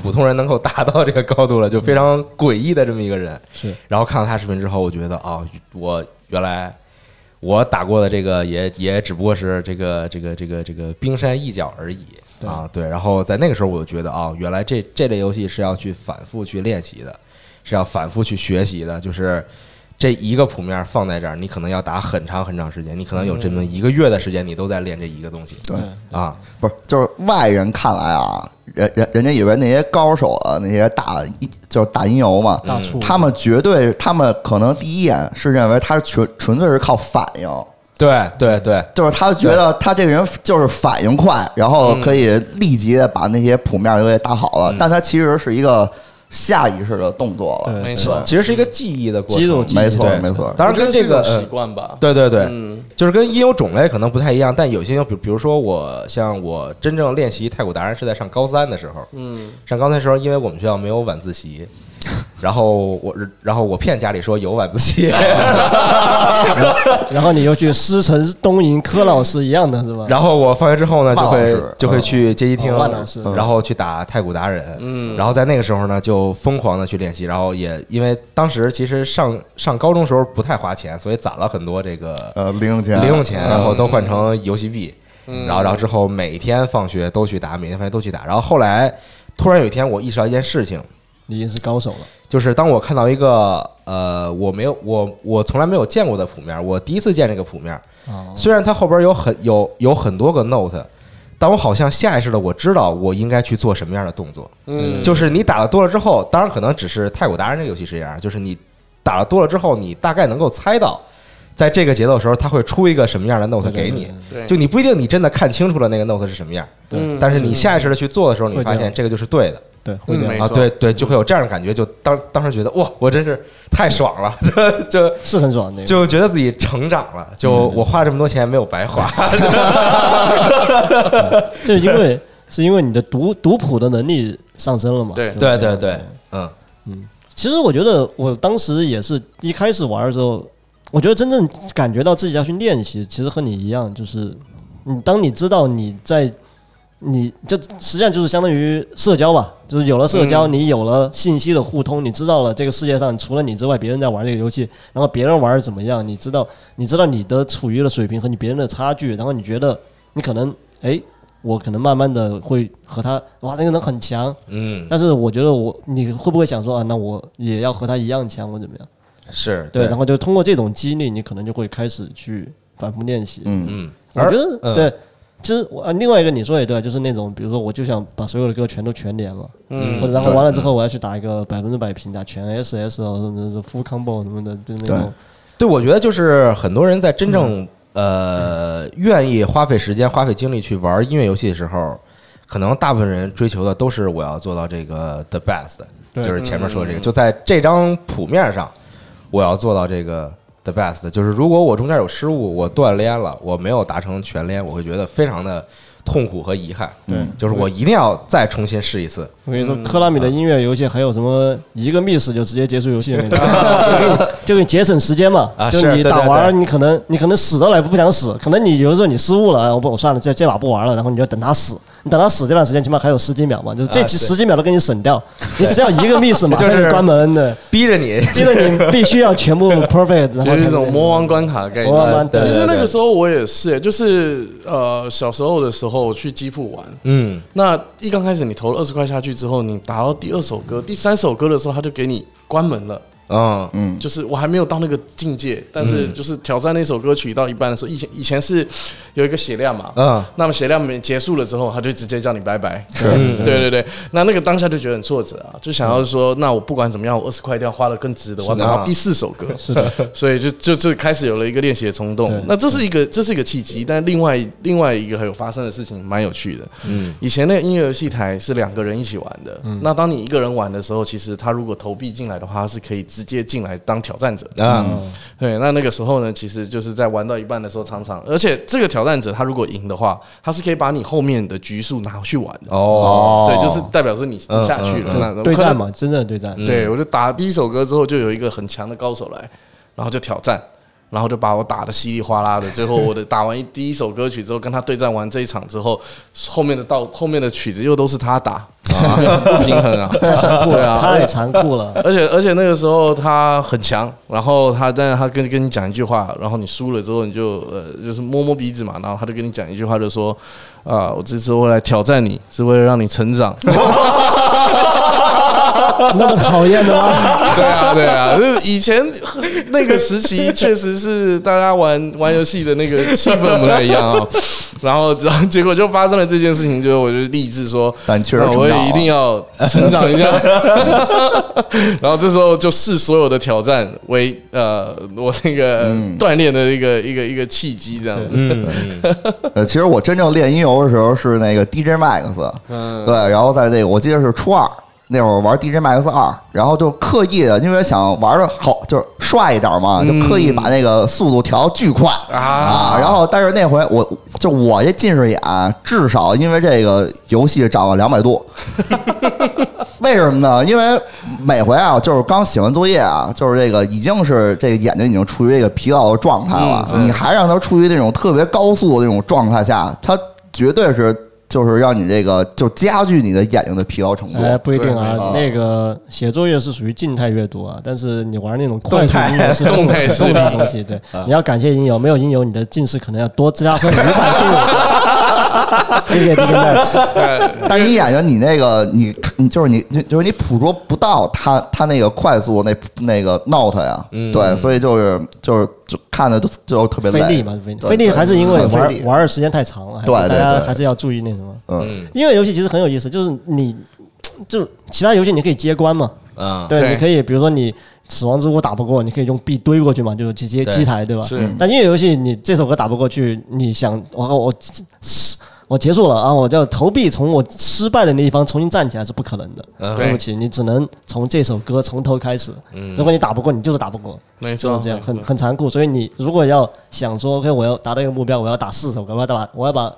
S1: 普通人能够达到这个高度了，就非常诡异的这么一个人。
S3: 是
S1: 然后看到他视频之后，我觉得啊、我原来我打过的这个也也只不过是这个这个这个这个冰山一角而已啊，对。然后在那个时候，我就觉得啊，原来这这类游戏是要去反复去练习的，是要反复去学习的，就是。这一个谱面放在这儿，你可能要打很长很长时间，你可能有这么一个月的时间，你都在练这一个东西。对啊，
S2: 不是，就是外人看来啊，人人人家以为那些高手啊，那些打就是打音游嘛，
S3: 大促
S2: 他们绝对，他们可能第一眼是认为他是纯纯粹是靠反应，
S1: 对对对，
S2: 就是他觉得他这个人就是反应快，然后可以立即的把那些谱面都给打好
S1: 嗯
S2: 了，但他其实是一个下意识的动作了，
S4: 没错，
S1: 其实是一个记忆的过程。
S3: 肌肉记忆
S2: 没错
S1: 对
S2: 没错，
S1: 当然跟这个
S4: 我觉得是一种
S1: 呃
S4: 习惯吧。
S1: 对对对，
S4: 嗯
S1: 就是跟音游种类可能不太一样，但有些音游，比比如说我像我真正练习太古达人是在上高三的时候，
S4: 嗯，
S1: 上高三的时候，因为我们学校没有晚自习。然后我，然后我骗家里说有晚自习，
S3: 然后你又去师承东营柯老师一样的是吧？
S1: 然后我放学之后呢，就
S2: 万老
S1: 会
S2: 师
S1: 就会去街机厅
S3: 哦万老师，
S1: 然后去打太古达人，
S4: 嗯
S1: 然后在那个时候呢，就疯狂的去练习，然后也因为当时其实上上高中时候不太花钱，所以攒了很多这个
S2: 呃，零用
S4: 啊
S2: 钱，
S1: 零用
S4: 嗯
S1: 钱，然后都换成游戏币，然后然后之后每天放学都去打，每天放学都去打，然后后来突然有一天我意识到一件事情，
S3: 你已经是高手了，
S1: 就是当我看到一个呃我没有我我从来没有见过的谱面，我第一次见这个谱面，
S3: 哦，
S1: 虽然它后边有很有有很多个 note，但我好像下意识的我知道我应该去做什么样的动作。
S4: 嗯，
S1: 就是你打的多了之后，当然可能只是太古达人这个游戏是这样，就是你打的多了之后，你大概能够猜到，在这个节奏的时候，它会出一个什么样的 note 给你。
S4: 对
S1: 就你不一定你真的看清楚了那个 note 是什么样，
S4: 嗯
S1: 但是你下意识的去做的时候，
S3: 嗯会
S1: 你发
S3: 这
S1: 现
S3: 样
S1: 这个就是对的。
S3: 对，嗯会这样。
S4: 没
S1: 啊，
S4: 错
S1: 对对，就会有这样的感觉，就当当时觉得哇，我真是太爽了， 就就是
S4: 嗯
S3: 很爽的。
S1: 就觉得自己成长了，就我花这么多钱没有白 花，
S3: 就因为是因为你的读读谱的能力上升了嘛。
S4: 对
S3: 就
S1: 对
S3: 这
S1: 对
S3: 样
S1: 对，嗯，
S3: 其实我觉得我当时也是一开始玩的时候，我觉得真正感觉到自己要去练习，其实和你一样，就是你当你知道你在。你就实际上就是相当于社交吧，就是有了社交，你有了信息的互通，你知道了这个世界上除了你之外，别人在玩这个游戏，然后别人玩得怎么样，你知道，你知道你的处于的水平和你别人的差距，然后你觉得你可能，哎，我可能慢慢的会和他，哇，那个人很强，
S1: 嗯，
S3: 但是我觉得我你会不会想说啊，那我也要和他一样强或怎么样？
S1: 是
S3: 对，然后就通过这种激励，你可能就会开始去反复练习。
S2: 嗯，
S1: 嗯，
S3: 我
S1: 而
S3: 觉得、
S1: 嗯
S3: 对，其实我、啊另外一个你说也对，就是那种比如说我就想把所有的歌全都全连了，
S4: 嗯
S3: 或者然后完了之后我要去打一个百分之百评价，全 SS 什么的 full combo 什么的，就那种
S1: 对我觉得就是很多人在真正呃愿意花费时间、花费精力去玩音乐游戏的时候，可能大部分人追求的都是我要做到这个 the best，
S3: 对
S1: 就是前面说的这个，
S4: 嗯
S1: 就在这张谱面上，我要做到这个 the best。就是如果我中间有失误，我断连了，我没有达成全连，我会觉得非常的痛苦和遗憾。
S3: 对。
S1: 就是我一定要再重新试一次。
S3: 我跟你说，
S4: 嗯
S3: 科拉米的音乐游戏还有什么一个 miss 就直接结束游戏，我跟你说 就给你节省时间嘛。
S1: 啊
S3: 就是你
S1: 对
S3: 打
S1: 对
S3: 完了，
S1: 对
S3: 你可能你可能死都来不想死，可能你有的时候你失误了，哎我不我算了，这这把不玩了，然后你就等他死。你等他死这段时间，起码还有十几秒嘛，就是这
S1: 啊
S3: 几
S1: 对
S3: 十几秒都给你省 掉，你只要一个 miss，马上
S1: 这就是
S3: 就关门的，
S1: 逼着你，
S3: 逼得你必须要全 部 perfect，然后
S4: 就
S3: 才
S4: 是一种
S3: 能
S4: 魔王关卡的概念。
S3: 魔王关
S1: 对
S4: 其
S1: 对
S4: 实
S1: 对
S4: 那个时候我也是，就是呃，小时候的时候去吉普玩，
S1: 嗯，
S4: 那一刚开始你投了二十块下去之后，你打到第二首歌、第三首歌的时候，他就给你关门了。
S1: 嗯，
S2: 嗯，
S4: 就是我还没有到那个境界，但是就是挑战那首歌曲到一半的时候，以前以前是有一个血量嘛，
S1: 嗯，
S4: 那么血量没结束了之后，他就直接叫你拜拜。
S2: 是
S1: 嗯
S4: 对对对，那那个当下就觉得很挫折啊，就想要说，那我不管怎么样，我二十块一定要花的更值得，我要
S1: 是啊
S4: 打
S1: 的
S4: 到第四首歌。
S3: 是的，
S4: 所以就就就开始有了一个练习的冲
S3: 对
S4: 动。那这是一个这是一个契机，但另外另外一个还有发生的事情蛮有趣的。
S1: 嗯
S4: 嗯，以前那个音乐游戏台是两个人一起玩的。
S3: 嗯
S4: 那当你一个人玩的时候，其实他如果投币进来的话，他是可以直接进来当挑战者的。
S1: 啊，
S4: 对，那那个时候呢，其实就是在玩到一半的时候，常常，而且这个挑战者他如果赢的话，他是可以把你后面的局数拿去玩的。
S1: 哦，
S4: 对，就是代表说你
S1: 嗯
S4: 你下去
S1: 嗯
S4: 了
S1: 嗯，
S4: 那
S3: 对
S4: 可能
S3: 战嘛，真正的对战。
S4: 对我就打第一首歌之后，就有一个很强的高手来，然后就挑战，然后就把我打的稀里哗啦的。最后我的打完一第一首歌曲之后，跟他对战完这一场之后，后面的到后面的曲子又都是他打，就很不平衡啊。 对啊，
S3: 太残酷了，
S4: 而且而且那个时候他很强，然后他但是他跟跟你讲一句话，然后你输了之后你就呃就是摸摸鼻子嘛，然后他就跟你讲一句话，就说啊、我这次我来挑战你是为了让你成长。
S3: 那么讨厌的吗？
S4: 对啊，对啊，就是以前那个时期，确实是大家玩玩游戏的那个气氛不太一样啊、 然后，然后结果就发生了这件事情，就是我就立志说，
S2: 但确实
S4: 那我
S2: 成长
S4: 也
S2: 了
S4: 一定要成长一下。 然后这时候就视所有的挑战为呃我那个锻炼的一个一个一个契机，这样子。
S1: 嗯，嗯
S2: 呃，其实我真正练音游的时候是那个 DJ Max，对，然后在那个我记得是初二那会儿玩 DJ Max 二，然后就刻意的，因为想玩的好就是帅一点嘛，就刻意把那个速度调巨快啊。然后但是那回我就我这近视眼，至少因为这个游戏涨了两百度。为什么呢？因为每回啊，就是刚写完作业啊，就是这个已经是这个眼睛已经处于这个疲劳的状态了，
S3: 嗯
S2: 你还让他处于那种特别高速的那种状态下，他绝对是就是让你这个就加剧你的眼睛的疲劳程度。
S3: 哎，不一定
S4: 对没
S3: 啊
S4: 错。
S3: 那个写作业是属于静态阅读啊，但是你玩那种快速
S1: 动态
S3: 音游是
S4: 动态视
S3: 动
S4: 力
S3: 态东西。对，你要感谢音游，没有音游，你的近视可能要多加深五百度。谢谢 d i g Max。
S2: 但是你眼睛，你那个你你就是你你就是你捕捉不到它它那个快速那那个 note 呀，对，所以就是就是就看的就就特别
S3: 嗯费
S2: 累
S3: 力嘛，费力
S2: 对
S3: 费力还是因为
S2: 很费
S3: 玩
S2: 力
S3: 玩的时间太长了，还是
S2: 对对
S3: 大家
S2: 对
S3: 还是要注意那什么。
S2: 嗯
S3: 音乐游戏其实很有意思，就是你就其他游戏你可以接关嘛，
S1: 啊，
S3: 对，
S4: 对
S3: 你可以比如说你死亡之屋打不过，你可以用币堆过去嘛，就是直接
S1: 对
S3: 击台，对吧？
S4: 是
S3: 但音乐游戏你这首歌打不过去，你想我我我结束了啊，我就要投币从我失败的那一方重新站起来是不可能的。
S1: 嗯
S3: 对不起，你只能从这首歌从头开始。如果你打不过，你就是打不过，
S4: 没
S3: 就
S4: 错，
S3: 嗯是这样，
S4: 没
S3: 很
S4: 错
S3: 很残酷。所以你如果要想说，OK，我要达到一个目标，我要打四首歌，我要打，我要把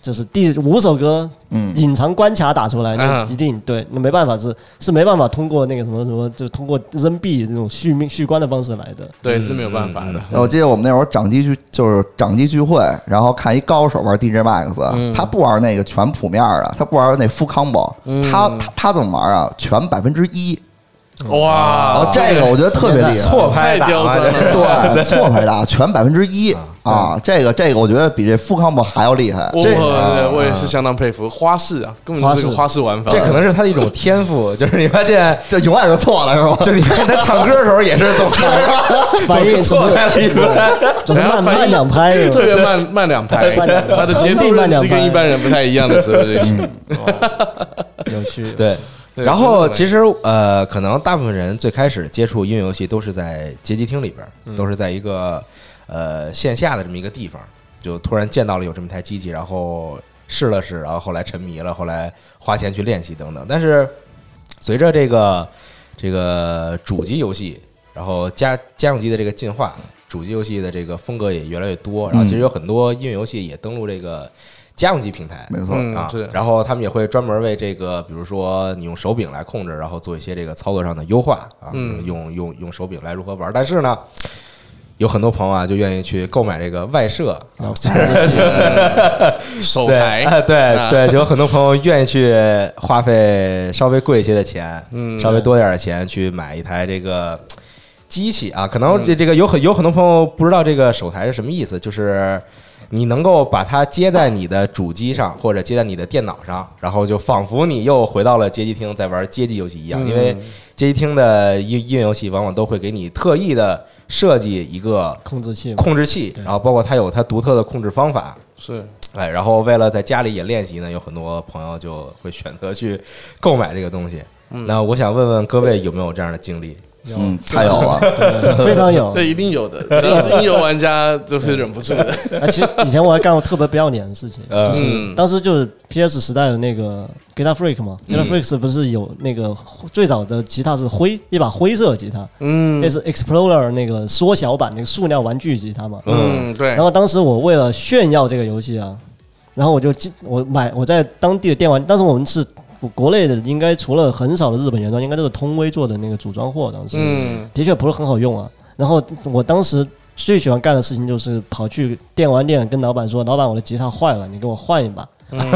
S3: 就是第五首歌
S2: 嗯
S3: 隐藏关卡打出来，那
S4: 嗯
S3: 一定对，那没办法是是没办法通过那个什么什么，就通过扔币那种续命续关的方式来的。
S4: 对是没有办法的。
S3: 嗯
S2: 我记得我们那会儿掌机聚就是掌机聚会，然后看一高手玩 DJ Max，、他不玩那个全谱面儿的，他不玩那 full combo，、他他他怎么玩啊？全百分之一，
S3: 嗯
S2: 然后
S4: 哇，
S2: 哦这个我觉得特别厉害，
S1: 错拍
S4: 太
S1: 打
S4: 刁
S1: 嘛
S4: 钻
S1: 这是
S4: 了
S2: 对啊错牌打全百分之一啊，这个这个我觉得比这 full combo 还要厉害。
S4: 我
S1: 这
S4: 我我也是相当佩服花式啊，根本就是个
S3: 花
S4: 花式玩法。
S1: 这可能是他的一种天赋，就是你发现，
S2: 这永远是错了是吧？
S1: 就你看他唱歌的时候也是总是
S3: 反应
S1: 总是错拍了一个。
S3: 总是
S4: 然后
S3: 慢
S4: 哎反应
S3: 慢两拍，
S4: 特 别慢慢两拍，
S3: 慢两拍
S4: 他的节奏
S3: 恒定
S4: 认
S3: 慢两
S4: 知
S3: 拍
S4: 跟一般人不太一样的时候就行。
S3: 有趣。
S1: 对，
S4: 对
S1: 然
S4: 真的
S1: 后
S4: 蛮
S1: 其实呃，可能大部分人最开始接触音乐游戏都是在街机厅里边儿，
S4: 嗯
S1: 都是在一个呃线下的这么一个地方，就突然见到了有这么台机器，然后试了试，然后后来沉迷了，后来花钱去练习等等。但是随着这个这个主机游戏，然后家家用机的这个进化，主机游戏的这个风格也越来越多，然后其
S2: 嗯
S1: 实有很多音乐游戏也登陆这个家用机平台，
S2: 没错，
S4: 嗯
S1: 啊，
S4: 是，
S1: 然后他们也会专门为这个，比如说你用手柄来控制，然后做一些这个操作上的优化啊，
S4: 嗯
S1: 用用用手柄来如何玩。但是呢，有很多朋友啊，就愿意去购买这个外设啊，
S4: 手
S1: 对
S4: 台
S1: 啊，
S3: 哎
S1: 对
S4: 啊
S1: 对，就有很多朋友愿意去花费稍微贵一些的钱，
S4: 嗯
S1: 稍微多一点的钱去买一台这个机器啊。可
S4: 嗯
S1: 能这这个有很有很多朋友不知道这个手台是什么意思，就是你能够把它接在你的主机上或者接在你的电脑上，然后就仿佛你又回到了街机厅在玩街机游戏一样，因为
S4: 嗯
S1: 街机厅的音音乐游戏往往都会给你特意的设计一个
S3: 控制器嘛，
S1: 控制器，然后包括它有它独特的控制方法。
S4: 是
S1: 哎，然后为了在家里也练习呢，有很多朋友就会选择去购买这个东西。那我想问问各位有没有这样的经历？
S2: 嗯，太有了。
S3: 非常有。
S4: 这一定有的，只要是音游玩家都是忍不住 的。
S3: 啊，其实以前我还干过特别不要脸的事情，
S1: 呃
S4: 嗯
S3: 就是当时就是 PS 时代的那个 Guitar Freak 嘛，Guitar
S4: 嗯
S3: Freak 不是有那个最早的吉他是灰一把灰色的吉他，
S4: 嗯
S3: 那是 Explorer 那个缩小版那个塑料玩具吉他嘛。
S4: 嗯，对
S3: 然，后当时我为了炫耀这个游戏啊，然后我就进我买我在当地的电玩，当时我们是国内的，应该除了很少的日本原装，应该都是通威做的那个组装货，当时。
S4: 嗯
S3: 的确不是很好用啊。然后我当时最喜欢干的事情就是跑去电玩店跟老板说：“老板，我的吉他坏了，你给我换一把。
S1: 嗯
S3: 然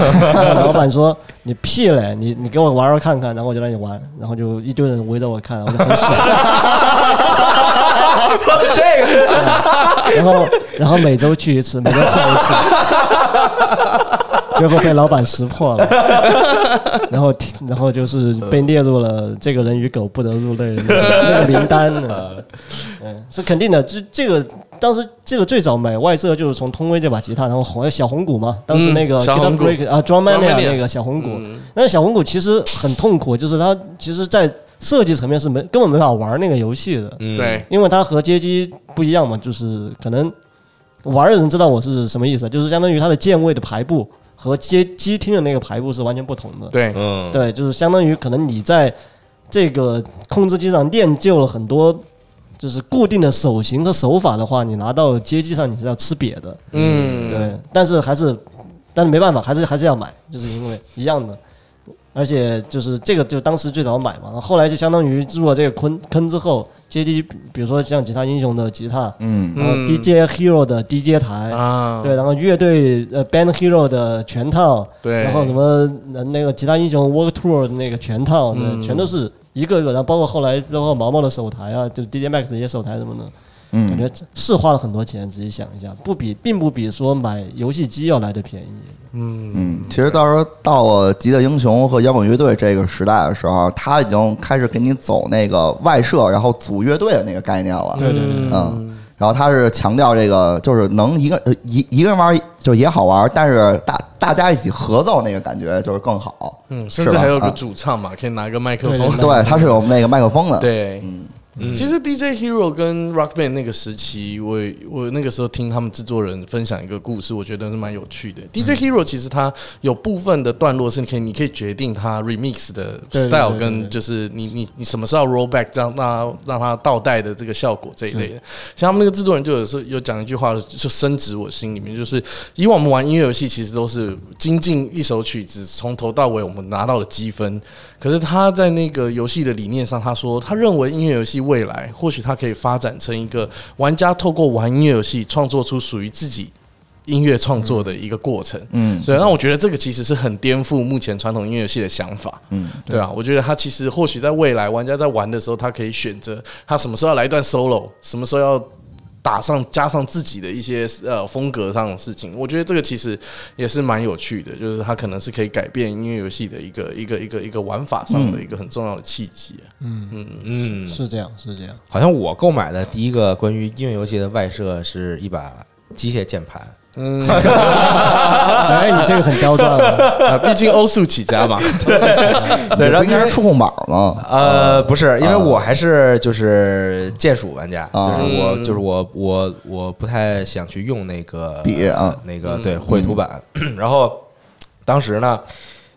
S3: 后老板说：“你屁嘞，你你给我玩玩看看。”然后我就让你玩，然后就一堆人围着我看，我就很爽。
S1: 这个
S3: 然后然后每周去一次，每周换一次， 结果被老板识破了。然后然后就是被列入了这个人与狗不得入内的那个名单。嗯，是肯定的。这这个当时记得最早买外设就是从通威这把吉他，然后红小红鼓嘛，当时那个
S4: 嗯小
S3: Guitar
S4: 红鼓
S3: Break 啊 Drum Mania
S4: Drum Mania 嗯
S3: 那个小红鼓，那小红鼓其实很痛苦，就是它其实在设计层面是没根本没法玩那个游戏的。
S1: 嗯
S4: 对，
S3: 因为它和街机不一样嘛，就是可能玩的人知道我是什么意思，就是相当于它的键位的排布和街机厅的那个排布是完全不同的。
S4: 对，
S1: 嗯，
S3: 对，就是相当于可能你在这个控制机上练就了很多就是固定的手型和手法的话，你拿到街机上你是要吃瘪的。
S4: 嗯
S3: 对，但是还是，但是没办法，还是还是要买，就是因为一样的。而且就是这个，就当时最早买嘛，后来就相当于入了这个坑坑之后，接机，比如说像吉他英雄的吉他，
S2: 嗯，
S3: 然后 DJ Hero 的 DJ 台，
S4: 啊，
S3: 对，然后乐队呃 Band Hero 的全套，
S4: 对，
S3: 然后什么呃那个吉他英雄 Work Tour 的那个全套，对，全都是一个一个，然后包括后来包括毛毛的手台啊，就是 DJ Max 的一些手台什么的，
S2: 嗯
S3: 感觉是花了很多钱。仔细想一下，不比并不比说买游戏机要来的便宜。
S2: 嗯，其实到时候到了《极乐英雄》和摇滚乐队这个时代的时候，他已经开始给你走那个外设，然后组乐队的那个概念了。
S3: 对对
S2: 嗯，然后他是强调这个，就是能一个呃一一个人玩就也好玩，但是大大家一起合奏那个感觉就是更好。
S4: 嗯，甚
S2: 是
S4: 至
S2: 吧
S4: 还有个
S2: 啊
S4: 主唱嘛，可以拿个麦克风，
S2: 对，他是有那个麦克风的。
S4: 对，
S1: 嗯
S4: 其实 DJ Hero 跟 Rock Band 那个时期，我我那个时候听他们制作人分享一个故事，我觉得是蛮有趣的。DJ Hero 其实它有部分的段落是可以，你可以决定它 remix 的
S3: 对对对
S4: style
S3: 对
S4: 跟
S3: 对
S4: 就是你你你什么时候 roll back 让让它让它倒带的这个效果这一类的。像他们那个制作人就有时候有讲一句话，就深植我心里面，就是以往我们玩音乐游戏其实都是精进一首曲子，从头到尾我们拿到的积分。可是他在那个游戏的理念上，他说他认为音乐游戏未来或许它可以发展成一个玩家透过玩音乐游戏创作出属于自己音乐创作的一个过程。
S2: 嗯
S4: 对，那我觉得这个其实是很颠覆目前传统音乐游戏的想法。
S2: 嗯，
S4: 对啊，我觉得他其实或许在未来玩家在玩的时候，他可以选择他什么时候要来一段 solo，什么时候要打上加上自己的一些呃风格上的事情。我觉得这个其实也是蛮有趣的，就是他可能是可以改变音乐游戏的一个一个一个一个玩法上的一个很重要的契机。啊
S1: 嗯，
S3: 是这样，是这样。
S1: 好像我购买的第一个关于音乐游戏的外设是一把机械键盘，
S4: 嗯，
S3: 哎，你这个很高端啊，
S4: 啊毕竟欧速起家嘛，
S1: 对，
S2: 嗯也
S1: 然
S2: 不
S1: 后
S2: 应该
S1: 因为
S2: 是触控板吗？
S1: 呃，不是，因为我还是就是键鼠玩家，
S2: 啊
S1: 就是我
S4: 嗯
S1: 就是我我我不太想去用那个
S2: 笔啊
S1: 那个对绘图板，然后当时呢，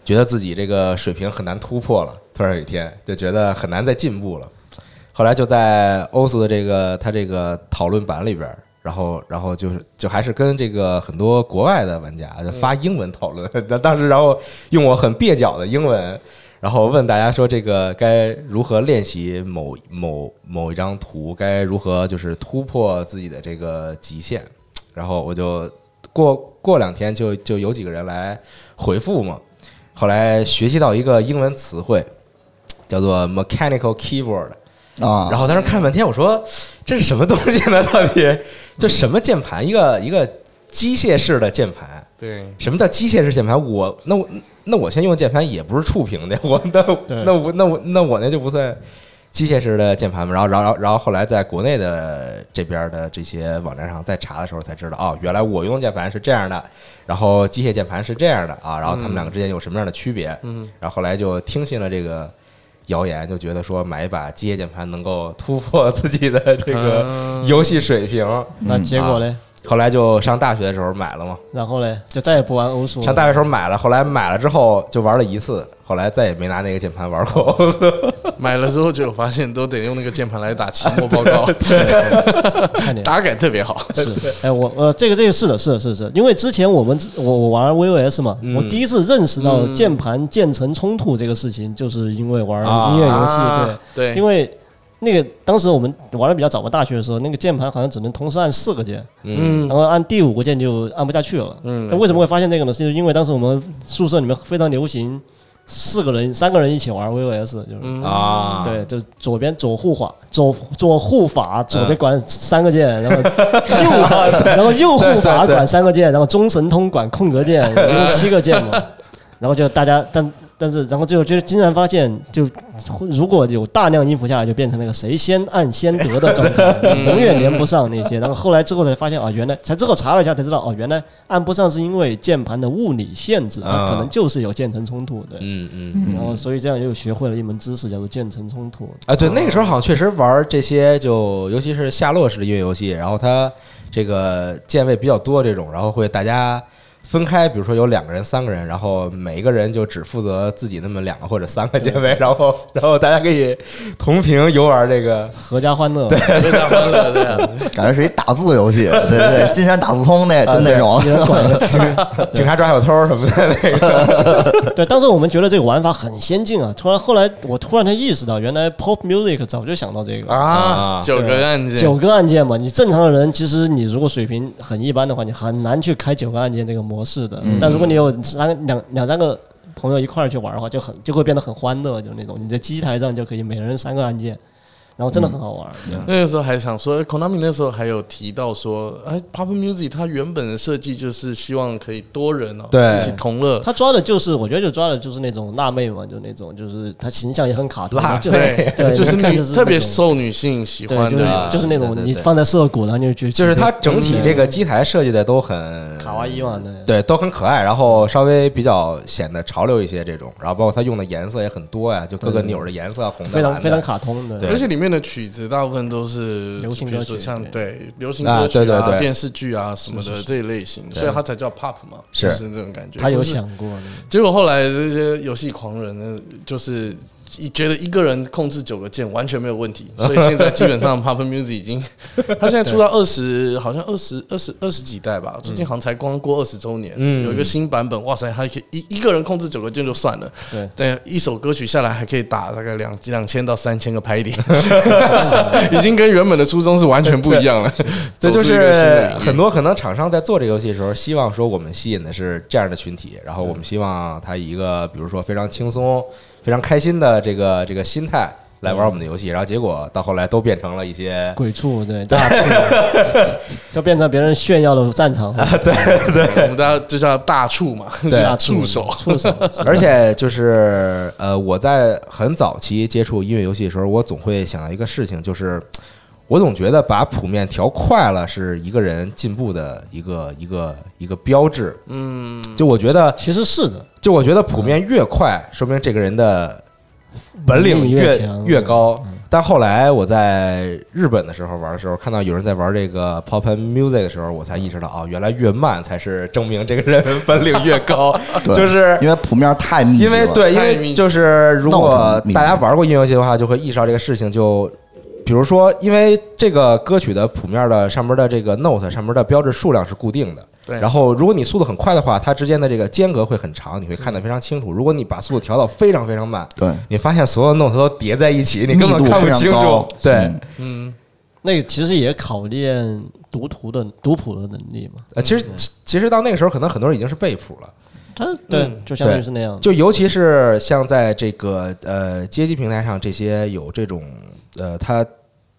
S1: 觉得自己这个水平很难突破了，突然有一天就觉得很难再进步了，后来就在欧苏的这个他这个讨论版里边儿。然后，然后就是就还是跟这个很多国外的玩家就发英文讨论。 那当时，然后用我很蹩脚的英文，然后问大家说这个该如何练习某某某一张图，该如何就是突破自己的这个极限。然后我就过过两天就就有几个人来回复嘛。后来学习到一个英文词汇，叫做 mechanical keyboard。
S2: 啊，
S1: 然后当时看半天，我说这是什么东西呢？到底这什么键盘？一个一个机械式的键盘。
S4: 对。
S1: 什么叫机械式键盘？我那我那我先用的键盘也不是触屏的， 我那
S3: 对
S1: 那我那我那我那就不算机械式的键盘嘛。然后然后然后然后后来在国内的这边的这些网站上再查的时候才知道，哦，原来我用的键盘是这样的，然后机械键盘是这样的啊，然后他们两个之间有什么样的区别？
S4: 嗯，
S1: 然后后来就听信了这个。谣言就觉得说买一把机械键盘能够突破自己的这个
S4: 嗯
S1: 游戏水平，
S3: 那结果呢？
S1: 后来就上大学的时候买了嘛，
S3: 然后呢，就再也不玩欧数了。
S1: 上大学时候买了，后来买了之后就玩了一次，后来再也没拿那个键盘玩过。
S4: 买了之后就有发现都得用那个键盘来打期末报 告，
S3: 看点
S4: 打感特别好。
S3: 是，哎，我呃，这个这个是的，是的，是的，是的，因为之前我们我我玩 VOS 嘛，
S4: 嗯
S3: 我第一次认识到键盘键程冲突这个事情，就是因为玩音乐游戏，
S4: 啊
S3: 对，
S4: 对，
S3: 因为那个当时我们玩的比较早嘛，大学的时候，那个键盘好像只能同时按四个键，
S4: 嗯
S3: 然后按第五个键就按不下去了。
S4: 嗯
S3: 那为什么会发现这个呢？是因为当时我们宿舍里面非常流行四个人、三个人一起玩 VOS，就是。
S4: 嗯
S1: 啊，
S3: 对，就是左边左护法，左左护法，左边管三个键，然后右然后右护法管三个键，然后中神通管空格键，一共七个键嘛。然后就大家，但但是然后最后就是竟然发现，就如果有大量音符下来，就变成那个谁先按先得的状态，永远连不上那些。然后后来之后才发现啊，原来才之后查了一下才知道，哦，原来按不上是因为键盘的物理限制，它可能就是有键程冲突对。
S1: 嗯嗯
S3: 然后所以这样又学会了一门知识，叫做键程 冲突。
S1: 啊，对，那个时候好像确实玩这些，就尤其是夏洛式的音乐游戏，然后它这个键位比较多这种，然后会大家分开，比如说有两个人、三个人，然后每一个人就只负责自己那么两个或者三个键位，然后然后大家可以同屏游玩这个。
S3: 合家欢乐，
S4: 非常欢乐，对啊，
S2: 感觉是一打字游戏，对对，金山打字通那就那种，
S1: 警察抓小偷什么的那个，
S3: 对，当时我们觉得这个玩法很先进啊，突然后来我突然才意识到，原来 pop music 早就想到这个。
S1: 啊
S4: 啊，九个按键，
S3: 九个按键嘛，你正常的人其实你如果水平很一般的话，你很难去开九个按键这个模式的。
S1: 嗯
S3: 但如果你有三两两三个朋友一块儿去玩的话，就很就会变得很欢乐，就那种你在机台上就可以每人三个按键，然后真的很好玩。
S4: 那个时候还想说呃，Konami 那时候还有提到说，哎，Pop Music 它原本的设计就是希望可以多人哦，
S1: 对
S4: 一起同乐。
S3: 他抓的就是，我觉得就抓的就是那种辣妹嘛，就那种就是他形象也很卡通，
S1: 辣
S3: 就
S4: 对
S3: 对，
S4: 就是
S3: 你看
S4: 女
S3: 是
S4: 特别
S3: 那种
S4: 受女性喜
S3: 对，
S4: 欢
S3: 就是
S4: 的，
S3: 就是那种
S1: 对对
S3: 你
S1: 对
S3: 放在涩谷，然后你就觉得
S1: 就是它整体这
S3: 个
S1: 个机台设计的都很
S3: 卡哇伊嘛，对。
S1: 对，都很可爱，然后稍微比较显得潮流一些这种，然后包括它用的颜色也很多呀，就各个钮儿的颜色，红的、
S3: 非
S1: 蓝
S3: 常
S1: 的，
S3: 非常卡通的，
S1: 对
S4: 而且里面面的曲子大部分都是
S3: 流行
S4: 比如
S3: 歌
S4: 说
S3: 曲
S4: 像
S3: 对
S4: 对流行
S1: 啊
S4: 歌曲
S1: 对对对
S4: 电视剧啊什么的这一类型，所以它才叫 pop 嘛，
S1: 是
S4: 就是这种感觉。
S3: 他有
S4: 不是
S3: 想过的，
S4: 结果后来这些游戏狂人呢，就是一觉得一个人控制九个键完全没有问题，所以现在基本上 Pop Music 已经，他现在出到二十，好像二十二十二十几代吧，最近好像才光过二十周年，
S1: 嗯
S4: 有一个新版本，哇塞，还可以一一个人控制九个键就算了，
S3: 对，
S4: 对，一首歌曲下来还可以打大概两两千到三千个拍点，已经跟原本的初衷是完全不一样了，
S1: 这就
S4: 走出一个新
S1: 是
S4: 的领域
S1: 很多可能厂商在做这个游戏的时候，希望说我们吸引的是这样的群体，然后我们希望他以一个比如说非常轻松、非常开心的这个这个心态来玩我们的游戏，然后结果到后来都变成了一些
S3: 鬼畜 对大畜，要变成别人炫耀的战场，
S4: 对我们大家就叫大触嘛，就是
S3: 大畜
S4: 触手。
S3: 触手，
S1: 而且就是呃，我在很早期接触音乐游戏的时候，我总会想到一个事情，就是我总觉得把谱面调快了是一个人进步的一个一个一个标志。
S4: 嗯，
S1: 就我觉得，
S3: 其实是的，
S1: 就我觉得谱面越快，说明这个人的本领
S3: 能力越
S1: 越
S3: 强
S1: 越高。但后来我在日本的时候玩的时候，看到有人在玩这个 pop and music 的时候，我才意识到哦，原来越慢才是证明这个人本领越高，
S2: 对
S1: 就是
S2: 因为谱面太密集
S1: 因
S2: 了，
S1: 为对，因
S4: 太
S1: 为
S4: 密
S1: 就是如果
S2: 闹腾密集
S1: 大家玩过音乐游戏的话，就会意识到这个事情就。比如说，因为这个歌曲的谱面的上面的这个 note 上面的标志数量是固定的，
S4: 对
S1: 然后如果你速度很快的话，它之间的这个间隔会很长，你会看得非常清楚。如果你把速度调到非常非常慢，
S2: 对，
S1: 你发现所有 note 都叠在一起，你根本
S2: 密度
S1: 看不
S2: 非常
S1: 清楚
S2: 高。
S1: 对
S2: 嗯，
S4: 嗯，
S3: 那个其实也考验读图的读谱的能力嘛。
S1: 呃，其实其其实到那个时候，可能很多人已经是背谱了。
S3: 他对
S4: 嗯，
S3: 就相当于是那样的。
S1: 就尤其是像在这个呃街机平台上，这些有这种呃他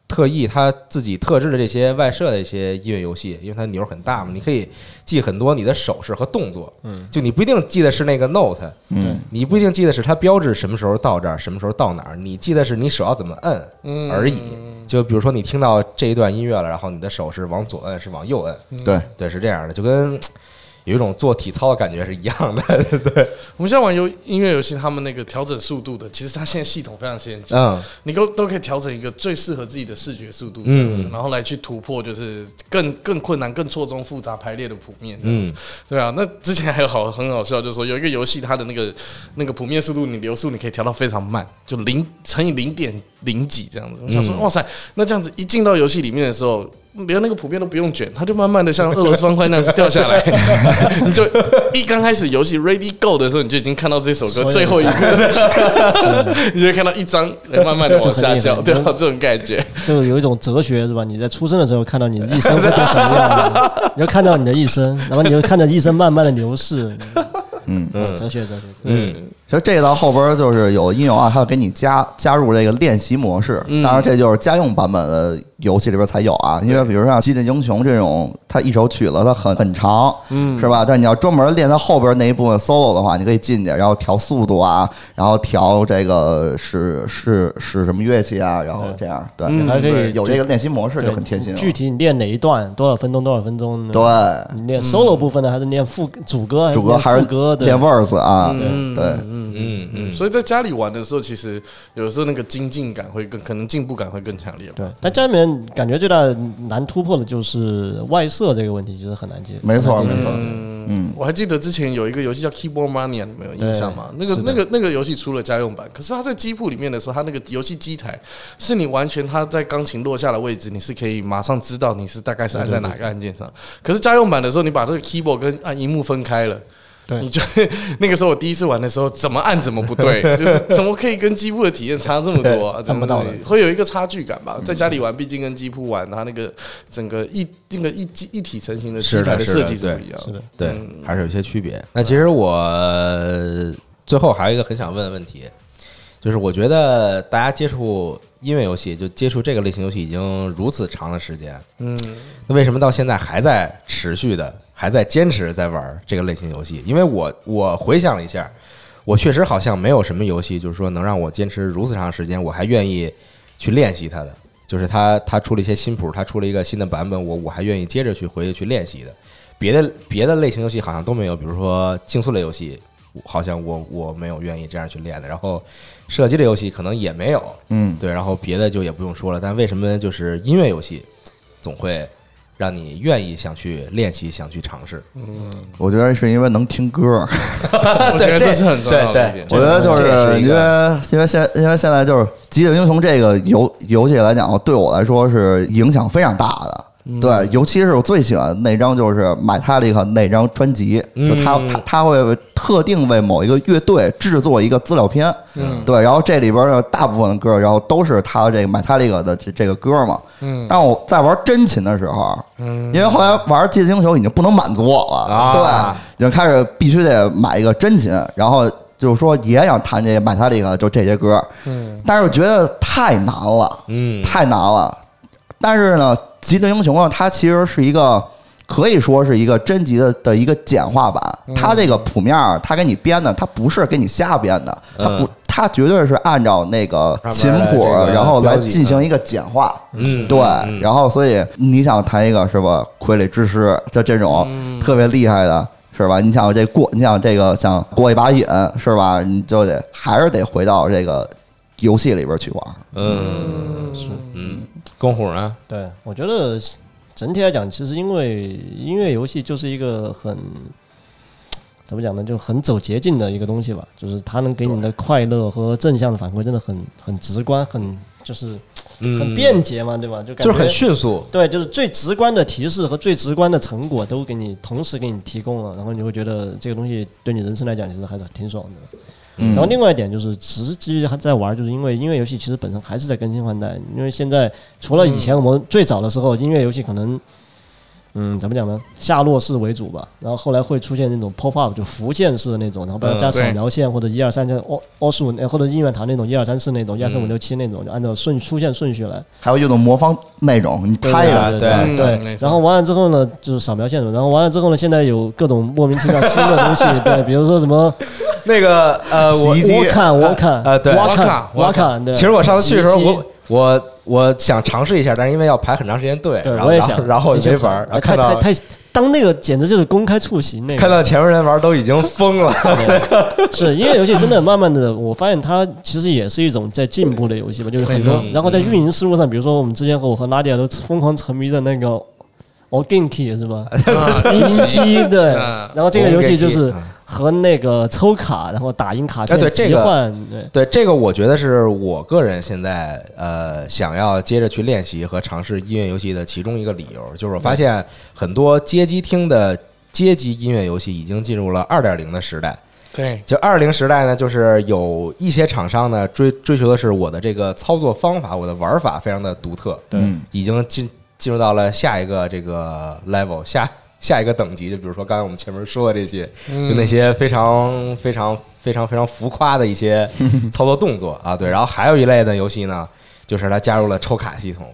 S1: 特意他自己特制的这些外设的一些音乐游戏，因为它钮儿很大嘛，你可以记很多你的手势和动作。嗯，就你不一定记得是那个 note，
S2: 嗯，
S1: 你不一定记得是它标志什么时候到这儿，什么时候到哪儿，你记得是你手要怎么摁
S4: 嗯
S1: 而已。就比如说你听到这一段音乐了，然后你的手是往左摁，是往右摁，
S4: 嗯
S2: 对，
S1: 对，是这样的，就跟有一种做体操的感觉是一样 的。
S4: 我们现在玩游音乐游戏，他们那个调整速度的，其实它现在系统非常先进，
S1: 嗯，
S4: 你都都可以调整一个最适合自己的视觉速度，嗯
S1: 嗯，
S4: 然后来去突破，就是更更困难、更错综复杂排列的谱面，嗯
S1: 嗯，
S4: 对啊。那之前还有好很好笑，就是说有一个游戏，它的那个那个谱面速度，你流速你可以调到非常慢，就零乘以零点零几这样子。我想说，
S3: 嗯
S4: 哇塞，那这样子一进到游戏里面的时候。连那个普遍都不用卷，它就慢慢的像俄罗斯方块那样子掉 下来。你就一刚开始游戏 Ready Go 的时候，你就已经看到这首歌
S3: 所有的
S4: 最后一个， 你就会看到一张哎慢慢的往下
S3: 就
S4: 掉，
S3: 很
S4: 对
S3: 厉害
S4: 啊，这种感觉。
S3: 就有一种哲学是吧？你在出生的时候看到你一生会变什么样，你就看到你的一生，然后你就看着一生慢慢的流逝。
S2: 嗯
S3: 哲学哲学，
S1: 嗯，
S2: 其实这个到后边儿就是有应用啊，它会给你加加入这个练习模式。当然，这就是家用版本的游戏里边才有啊。因为比如像《激进英雄》这种，它一首曲子它很很长，嗯，是吧？但你要专门练它后边那一部分 solo 的话，你可以进去，然后调速度啊，然后调这个是是是什么乐器啊，然后这样对，
S4: 嗯
S3: 还可以
S2: 有这个练习模式
S3: 对
S2: 就很贴心了。
S3: 具体你练哪一段，多少分钟，多少分钟？
S2: 对，，
S3: 你练 solo 部分呢，还是练副主歌？
S2: 主歌还
S3: 还
S2: 是
S3: 是练副歌？对
S2: 练 verse 啊，
S4: 嗯
S2: 对，
S4: 嗯
S1: 嗯嗯
S4: 嗯。所以在家里玩的时候，其实有时候那个精进感会更，可能进步感会更强烈吧。
S3: 对，但家里面感觉最大的难突破的就是外设这个问题，其实很难解决。
S2: 没错没错，
S4: 嗯，我还记得之前有一个游戏叫 Keyboard Mania，你们有印象吗？那
S3: 对
S4: 个
S3: 是的
S4: 那个那个游戏出了家用版，可是它在机铺里面的时候，它那个游戏机台是你完全它在钢琴落下的位置，你是可以马上知道你是大概是按在哪个按键上。可是家用版的时候，你把这个 keyboard 跟按荧幕分开 了。
S3: 对
S4: 你就 那个时候我第一次玩的时候，怎么按怎么不 对，就是怎么可以跟机铺的体验差这么多啊？
S3: 对按不到的嗯
S4: 对会有一个差距感吧。在家里玩，毕竟跟机铺玩，它那个整个一那个一机一体成型的机
S1: 是的
S4: 台的
S1: 是的
S4: 设计是
S1: 对
S4: 不一样。
S3: 是的，
S1: 对，还是有些区别。那其实我呃最后还有一个很想问的问题，就是我觉得大家接触音乐游戏，就接触这个类型游戏已经如此长的时间，
S4: 嗯，
S1: 那为什么到现在还在持续的，还在坚持在玩这个类型游戏？因为我我回想了一下，我确实好像没有什么游戏，就是说能让我坚持如此长时间，我还愿意去练习它的。就是它它出了一些新谱，它出了一个新的版本，我我还愿意接着去回去去练习的。别的别的类型游戏好像都没有，比如说竞速类游戏，好像我我没有愿意这样去练的。然后射击类游戏可能也没有，
S2: 嗯，
S1: 对，然后别的就也不用说了。但为什么就是音乐游戏总会让你愿意想去练习、想去尝试？
S2: 我觉得是因为能听 歌，
S4: 我觉得这是很重要的一点。
S2: 我觉得就
S1: 这
S2: 是
S1: 是一
S2: 因
S1: 个
S2: 为因为现因为现在就是《极限英雄》这个游游戏来讲，对我来说是影响非常大的。
S1: 嗯
S2: 对，尤其是我最喜欢的那张就是买他的那张专辑，就他
S1: 嗯
S2: 他他会特定为某一个乐队制作一个资料片，
S4: 嗯
S2: 对，然后这里边的大部分的歌，然后都是他这个 Metallica 的这这个歌嘛。
S4: 嗯
S2: 但我在玩真琴的时候，啊
S4: 嗯
S2: 因为后来玩寂静英雄已经不能满足我了，
S1: 啊
S2: 对，已经开始必须得买一个真琴，然后就是说也想弹这 Metallica 就这些歌，
S4: 嗯
S2: 但是我觉得太难了，
S1: 嗯
S2: 太难了。但是呢，极境英雄呢，它其实是一个可以说是一个真集的的一个简化版。
S1: 嗯
S2: 它这个谱面儿，它给你编的，它不是给你瞎编的，它不
S1: 嗯，
S2: 它绝对是按照那个琴谱
S1: 上面的这，个
S2: 然后来
S1: 标记
S2: 进行一个简化。
S1: 嗯
S2: 对
S1: 嗯，
S2: 然后所以你想弹一个是吧？傀儡之师，就这种
S1: 嗯
S2: 特别厉害的。是吧？你想这过，你想这个想过一把瘾，是吧？你就得还是得回到这个游戏里边去玩。
S1: 嗯嗯，公虎呢？
S3: 对，我觉得整体来讲，其实因为音乐游戏就是一个很怎么讲呢，就很走捷径的一个东西吧，就是它能给你的快乐和正向的反馈真的很很直观，很就是
S1: 嗯，
S3: 很便捷嘛，对吧？就感觉
S1: 就是很迅速。
S3: 对，就是最直观的提示和最直观的成果都给你同时给你提供了，然后你会觉得这个东西对你人生来讲其实还是挺爽的。
S2: 嗯
S3: 然后另外一点就是，实际还在玩，就是因为音乐游戏其实本身还是在更新换代，因为现在除了以前我们最早的时候，音乐游戏可能。嗯，怎么讲呢？下落式为主吧，然后后来会出现那种 pop up，就浮现式的那种，然后包括
S1: 嗯
S3: 加扫
S4: 对
S3: 描线或者一二三，像奥奥数呃或者音乐堂那种一二三四那种，一二三五六七那种，就按照顺出现顺序来。
S2: 还有一种魔方那种，你
S3: 对
S2: 拍一个，
S1: 对
S4: 对嗯
S3: 对
S4: 没，错
S3: 然后完了之后呢，就是扫描线索，然后完了之后呢，现在有各种莫名其妙新的 东西，对，比如说什么
S1: 那个呃，我
S2: 洗衣机
S3: 我看我看
S1: 呃对
S3: 我看
S4: 卡
S3: 我
S4: 瓦卡
S3: 啊看，对。
S1: 其实我上次去的时候，
S3: 洗衣机
S1: 我我我想尝试一下，但是因为要排很长时间队，
S3: 对
S1: 然后
S3: 我也
S1: 然后
S3: 想，
S1: 然后我
S3: 的
S1: 就
S3: 确
S1: 没玩儿，
S3: 很
S1: 然后
S3: 太
S1: 看到
S3: 太太当那个简直就是公开处刑那个，
S1: 看到前面人玩都已经疯了，
S3: 是因为游戏真的慢慢的，我发现它其实也是一种在进步的游戏吧，就是很多
S1: 没错。
S3: 然后在运营思路上，比如说我们之前和我和拉迪亚都疯狂沉迷的那个 o g i n k y 是吧？
S1: 啊
S3: 音机对
S4: 嗯，
S3: 然后这个游戏就是
S1: 嗯
S3: 和那个抽卡，然后打印卡
S1: 哎对
S3: 片
S1: 这
S3: 切
S1: 个
S3: 换，对。
S1: 对这个，我觉得是我个人现在呃想要接着去练习和尝试音乐游戏的其中一个理由，就是我发现很多街机厅的街机音乐游戏已经进入了二点零的时代。
S4: 对，
S1: 就二零时代呢，就是有一些厂商呢追追求的是我的这个操作方法，我的玩法非常的独特，
S2: 嗯
S1: 已经进进入到了下一个这个 level 下下一个等级，就比如说刚才我们前面说的这些，
S3: 嗯
S1: 就那些非常非常非常非常浮夸的一 些操作动作啊，对。然后还有一类的游戏呢，就是它加入了抽卡系统，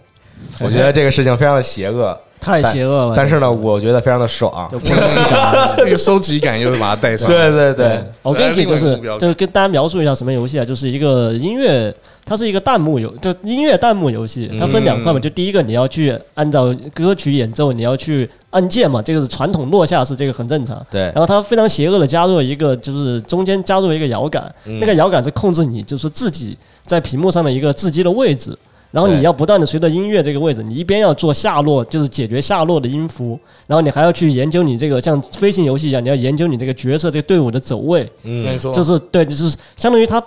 S3: 哎
S1: 我觉得这个事情非常的邪恶，
S3: 太邪恶了。
S1: 但是呢，我觉得非常的爽
S3: 就。不能去打。
S4: 那个收集感又把它带上。
S1: 对对对，
S3: 我跟你
S4: 另外一
S3: 哦就
S4: 个
S3: 是
S4: 目标
S3: 就是跟大家描述一下什么游戏啊，就是一个音乐，它是一个弹幕游，就音乐弹幕游戏，它分两
S4: 嗯
S3: 块嘛，就第一个你要去按照歌曲演奏，你要去按键嘛，这个是传统落下式，这个很正常。
S1: 对
S3: 然，后它非常邪恶的加入了一个，就是中间加入了一个摇杆，
S1: 嗯
S3: 那个摇杆是控制你，就是自己在屏幕上的一个自己的位置。然后
S1: 对
S3: 你要不断的随着音乐这个位置，你一边要做下落，就是解决下落的音符，然后你还要去研究你这个像飞行游戏一样，你要研究你这个角色这个队伍的走位，
S4: 没
S1: 嗯，
S4: 错，
S3: 就是对，就是相当于它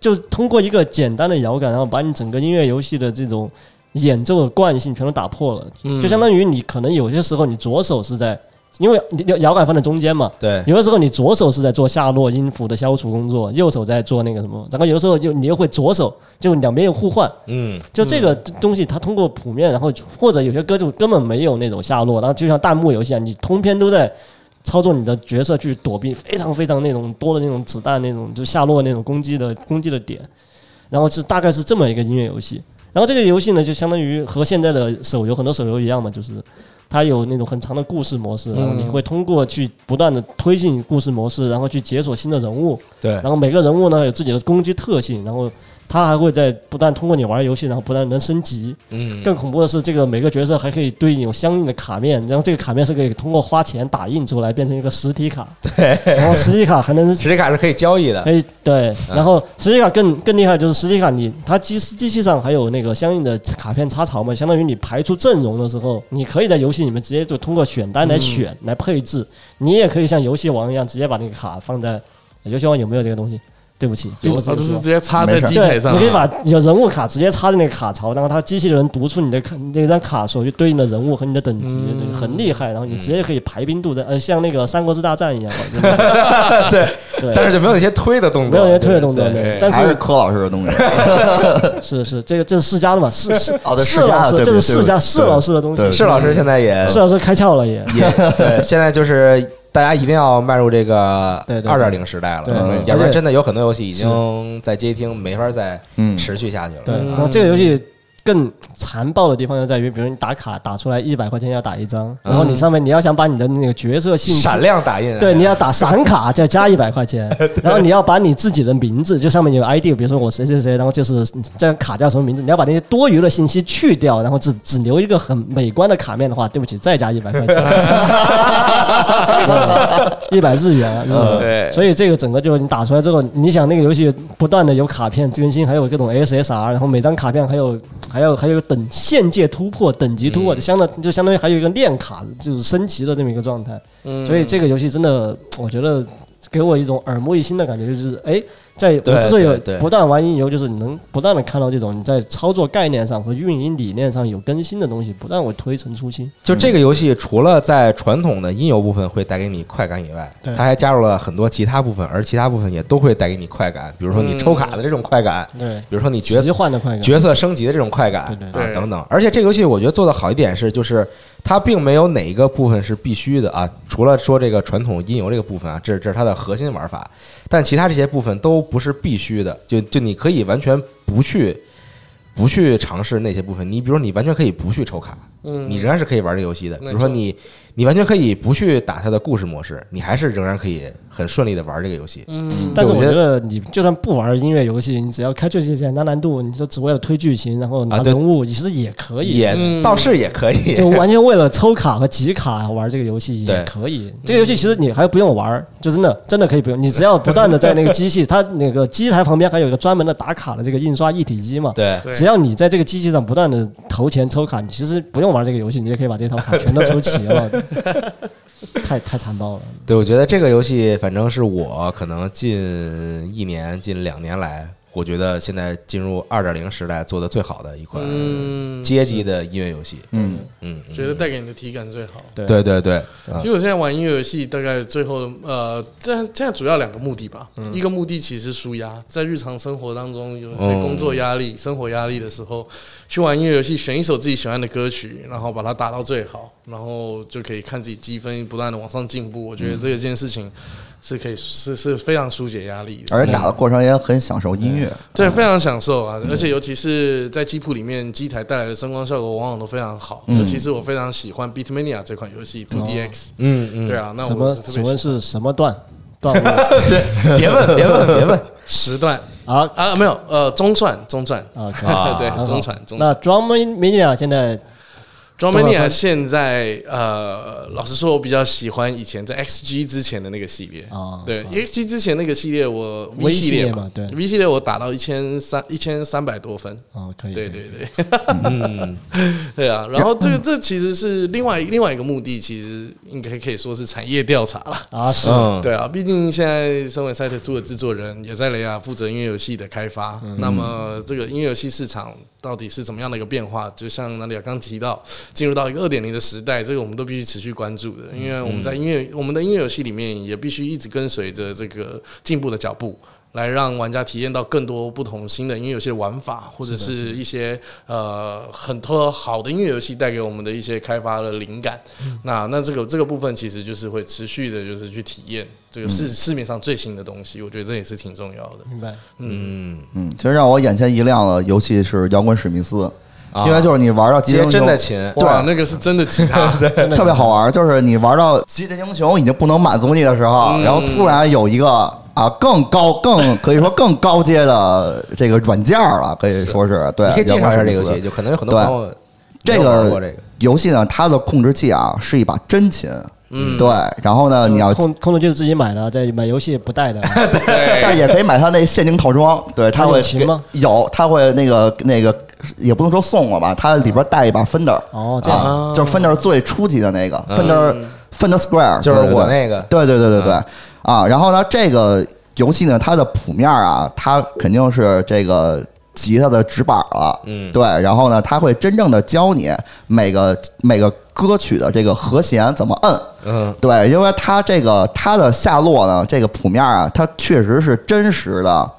S3: 就通过一个简单的摇杆，然后把你整个音乐游戏的这种演奏的惯性全都打破了，
S4: 嗯
S3: 就相当于你可能有些时候你左手是在，因为你摇摇杆放在中间嘛，
S1: 嗯对，
S3: 有的时候你左手是在做下落音符的消除工作，右手在做那个什么，然后有的时候就你又会左手就两边又互换，
S1: 嗯，
S3: 就这个东西它通过谱面，然后或者有些歌就根本没有那种下落，然后就像弹幕游戏啊，你通篇都在操作你的角色去躲避非常非常那种多的那种子弹那种就下落那种攻击的攻击的点，然后是大概是这么一个音乐游戏。然后这个游戏呢，就相当于和现在的手游很多手游一样嘛，就是它有那种很长的故事模式，然后你会通过去不断的推进故事模式，然后去解锁新的人物，
S1: 对
S3: 然，后每个人物呢有自己的攻击特性，然后它还会在不断通过你玩游戏，然后不断能升级。
S1: 嗯，
S3: 更恐怖的是，这个每个角色还可以对应有相应的卡面，然后这个卡面是可以通过花钱打印出来变成一个实体卡，
S1: 对，
S3: 然后实体卡 还能
S1: 实体卡是可以交易的
S3: 可以哎对，然后实体卡更更厉害，就是实体卡你它机机器上还有那个相应的卡片插槽嘛，相当于你排出阵容的时候，你可以在游戏里面直接就通过选单
S4: 嗯
S3: 来选、来配置，你也可以像游戏王一样直接把那个卡放在游戏王有没有这个东西？对不起，并不
S4: 有，
S3: 是
S4: 它就是
S3: 游
S4: 直
S3: 戏
S4: 接插在
S2: 没事
S4: 机
S3: 王
S4: 台
S3: 对，
S4: 上
S3: 你可以
S4: 啊，
S3: 把有人物卡直接插在那个卡槽，然后它机器人读出你的卡那张卡所对应的人物和你的等级，对
S4: 嗯
S3: 很厉害。然后你直接可以排兵布阵，呃，像那个三国志大战一样。
S1: 对，
S3: 哎对，
S1: 但是就没有那些推的动作，
S3: 没有那些推的动作
S1: 对
S3: 没有
S1: 对
S3: 但是
S2: 还是柯老师的东 西。
S3: 是是，这个这是世家的 嘛？世世
S2: 哦对
S3: 世
S2: 世家
S3: 老
S2: 的对
S3: 师，这
S2: 不
S3: 是
S2: 起对
S3: 世
S2: 不
S3: 家
S2: 起
S3: 世老师的东西
S2: 对。
S1: 是老师现在也
S3: 世老师开窍了也，
S1: 也对，现在就是大家一定要迈入这个
S3: 对对
S1: 二点零时代了，
S3: 对
S1: 嗯
S2: 对
S1: 要不然真的有很多游戏已经在街听没法再
S2: 嗯，
S1: 持续下去了。
S3: 对。
S1: 嗯
S3: 然后这个游戏更残暴的地方就在于，比如你打卡打出来一百块钱要打一张，
S2: 嗯
S3: 然后你上面你要想把你的那个角色信息
S1: 闪亮打印，
S3: 对，你要 打闪卡就 要加一百块钱，然后你要把你自己的名字，就上面有 ID，比如说我谁谁谁，然后就是这张卡叫什么名字，你要把那些多余的信息去掉，然后只只留一个很美观的卡面的话，对不起，再加一百块钱，一百日元啊，日元。
S1: 对
S3: 所以这个整个就是你打出来之后，你想那个游戏不断的有卡片更新，还有各种 SSR，然后每张卡片还有还有还有等限界突破、等级突破，
S1: 嗯
S3: 就相当就相当于还有一个练卡就是升级的这么一个状态。
S1: 嗯
S3: 所以这个游戏真的，我觉得给我一种耳目一新的感觉，就是哎，在
S1: 对
S3: 我之所以有
S1: 对对
S3: 不断玩音游，就是你能不断的看到这种你在操作概念上和运营理念上有更新的东西，不断我推陈出新。
S1: 就这个游戏，除了在传统的音游部分会带给你快感以外，
S3: 对
S1: 它还加入了很多其他部分，而其他部分也都会带给你快感，比如说你
S3: 嗯
S1: 抽卡的这种快感，
S3: 对，
S1: 比如说你角
S3: 奇幻的快感。
S1: 角色升级的这种快感
S3: 对
S4: 对
S1: 啊
S4: 对
S1: 等等。而且这个游戏我觉得做的好一点是，就是它并没有哪一个部分是必须的啊，除了说这个传统音游这个部分啊，这这是它的核心玩法，但其他这些部分都不是必须的，就就你可以完全不去。不去尝试那些部分，你比如说你完全可以不去抽卡，
S4: 嗯
S1: 你仍然是可以玩这个游戏的。比
S4: 没错
S1: 如说你，你完全可以不去打它的故事模式，你还是仍然可以很顺利的玩这个游戏。
S4: 嗯
S3: 但是
S1: 对
S3: 我
S1: 我觉
S3: 觉得你就算不玩音乐游戏，你只要开最简单难度，你就只为了推剧情，然后拿
S1: 啊对
S3: 人物，其实也可以。
S1: 也、
S4: 嗯
S1: 倒是也可以，
S3: 就完全为了抽卡和集卡玩这个游戏
S1: 对
S3: 也可以。这个游戏其实你还不用玩儿，就真的真的可以不用，你只要不断的在那个机器，它那个机台旁边还有一个专门的打卡的这个印刷一体机嘛。
S1: 对，
S4: 对
S3: 只要你在这个机器上不断的投钱抽卡，你其实不用玩这个游戏，你也可以把这套卡全都抽齐 了。太太残暴了，
S1: 对，我觉得这个游戏反正是我可能近一年、近两年来，我觉得现在进入二点零时代做的最好的一款
S4: 嗯，
S1: 街机的音乐游戏。
S2: 嗯，
S1: 嗯，嗯
S4: 觉得带给你的体感最好。
S3: 对
S1: 对对嗯对，
S4: 其实我现在玩音乐游戏，大概最后呃，这现在主要两个目的吧。
S3: 嗯
S4: 一个目的其实是舒压，在日常生活当中，有些
S3: 哦
S1: 嗯
S4: 工作压力、生活压力的时候，去玩音乐游戏，选一首自己喜欢的歌曲，然后把它打到最好，然后就可以看自己积分不断的往上进步。我觉得
S3: 嗯
S4: 这件事情是可以是是非常疏解压力的。
S2: 而且打的过程也很享受音乐。
S1: 嗯
S4: 对，非常享受啊！而且尤其是在机铺里面，机台带来的声光效果往往都非常好。尤其是我非常喜欢 Beatmania 这款游戏 2DX，、
S1: 哦嗯嗯，
S4: 对啊，那
S3: 什
S4: 我
S3: 么
S4: 特别喜
S3: 请
S4: 欢
S3: 问是什么段段位
S1: 别问别问别问，
S4: 时段
S3: 啊
S4: 啊，没有，呃，中算中算，
S3: 啊？
S1: 啊
S4: 对
S3: 很好，
S4: 中传中传
S3: 那 Drum Media 啊现在
S4: Dromania 现在呃，老实说，我比较喜欢以前在 XG 之前的那个系列
S3: 啊
S4: 对，XG 之前那个系列我
S3: V
S4: V 系列
S3: 系列嘛对
S4: ，V 系列我打到一千三一千三百多分，
S3: 啊可以，
S4: 对
S3: 可以
S4: 对对，嗯， 对啊。然后这个这其实是另外另外一个目的，其实应该可以说是产业调查了。
S3: 啊是
S1: 嗯，
S4: 对啊，毕竟现在身为赛特苏的制作人，也在雷亚负责音乐游戏的开发。那么这个音乐游戏市场到底是怎么样的一个变化？就像那里亚刚提到，进入到一个二点零的时代，这个我们都必须持续关注的，因为我们在音乐、我们的音乐游戏里面也必须一直跟随着这个进步的脚步。来让玩家体验到更多不同新的音乐游戏的玩法，或者是一些呃很多好的音乐游戏带给我们的一些开发的灵感。
S1: 嗯
S4: 那那这个这个部分其实就是会持续的，就是去体验这个
S1: 嗯
S4: 市市面上最新的东西，我觉得这也是挺重要的。
S3: 明白。
S1: 嗯
S2: 嗯，其实让我眼前一亮了，尤其是摇滚史密斯。
S1: 啊
S2: 因为就是你玩到极
S1: 接
S2: 限
S1: 真的
S2: 就
S1: 琴，
S4: 哇，那个是真的吉 他，
S3: 真的
S2: 特别好玩，就是你玩到极致英雄已经不能满足你的时候，
S1: 嗯
S2: 然后突然有一个啊更高、更可以说更高阶的这个软件了，可以说是对。
S1: 你可以介绍一下这个
S2: 游
S1: 游戏，就可能有很多朋友没
S2: 这
S1: 有玩过
S2: 个
S1: 这个，
S2: 游戏呢，它的控制器啊是一把真琴，嗯，对。然后呢，你要
S3: 空空的就是自己买的，在买游戏不带的，
S2: 但也可以买它那限定套装，对，它
S3: 哎它有
S2: 会
S3: 琴
S2: 给
S3: 吗
S2: 有，它会那个那个也不能说送我吧，它里边带一把 Fender，
S3: 哦这样
S2: 啊，就是 Fender 最初级的那个 Fender Fender Square，
S1: 嗯就是
S2: 对对对
S1: 我那个嗯
S2: 对对对对对啊，然后呢，这个游戏呢，它的谱面啊，它肯定是这个。吉他的指板了，
S1: 嗯
S2: 对，然后呢，它会真正的教你每个每个歌曲的这个和弦怎么摁，
S1: 嗯，
S2: 对，因为它这个它的下落呢，这个谱面啊，它确实是真实的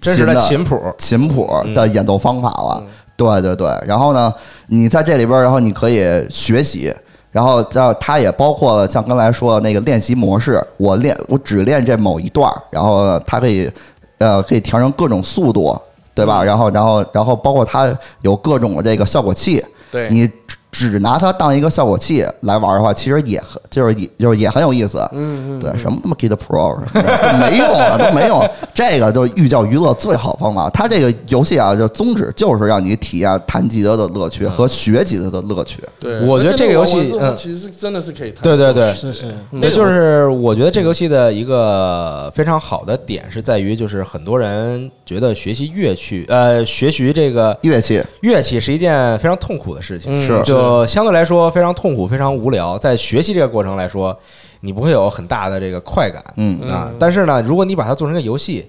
S1: 真实
S2: 的
S1: 的琴谱，
S2: 琴谱嗯的演奏方法了。对对对，然后呢，你在这里边儿，然后你可以学习，然后叫它也包括了像刚才说的那个练习模式，我练我只练这某一段儿，然后呢它可以呃可以调成各种速度，对吧？然后然后然后包括它有各种的这个效果器，
S4: 对，
S2: 你只只拿它当一个效果器来玩的话，其实也很就是也就是也很有意思。嗯嗯，对，什么他妈 Git Pro 都没用了，都没用。 这个就寓教于乐最好方法。它这个游戏啊，就宗旨就是让你体验弹吉他的乐趣和学吉他的乐趣。
S4: 对，
S1: 我觉得这个游戏
S4: 而且那玩完之后
S1: 嗯
S4: 其实是真的是可以弹，
S1: 对对对，
S3: 是是，
S4: 嗯
S1: 那就是我觉得这个游戏的一个非常好的点是在于，就是很多人觉得学习乐曲，呃，学习这个
S2: 乐器
S1: 乐器是一件非常痛苦的事情，
S4: 嗯
S2: 是
S1: 就相对来说非常痛苦、非常无聊。在学习这个过程来说，你不会有很大的这个快感，
S2: 嗯
S1: 啊。但是呢，如果你把它做成一个游戏，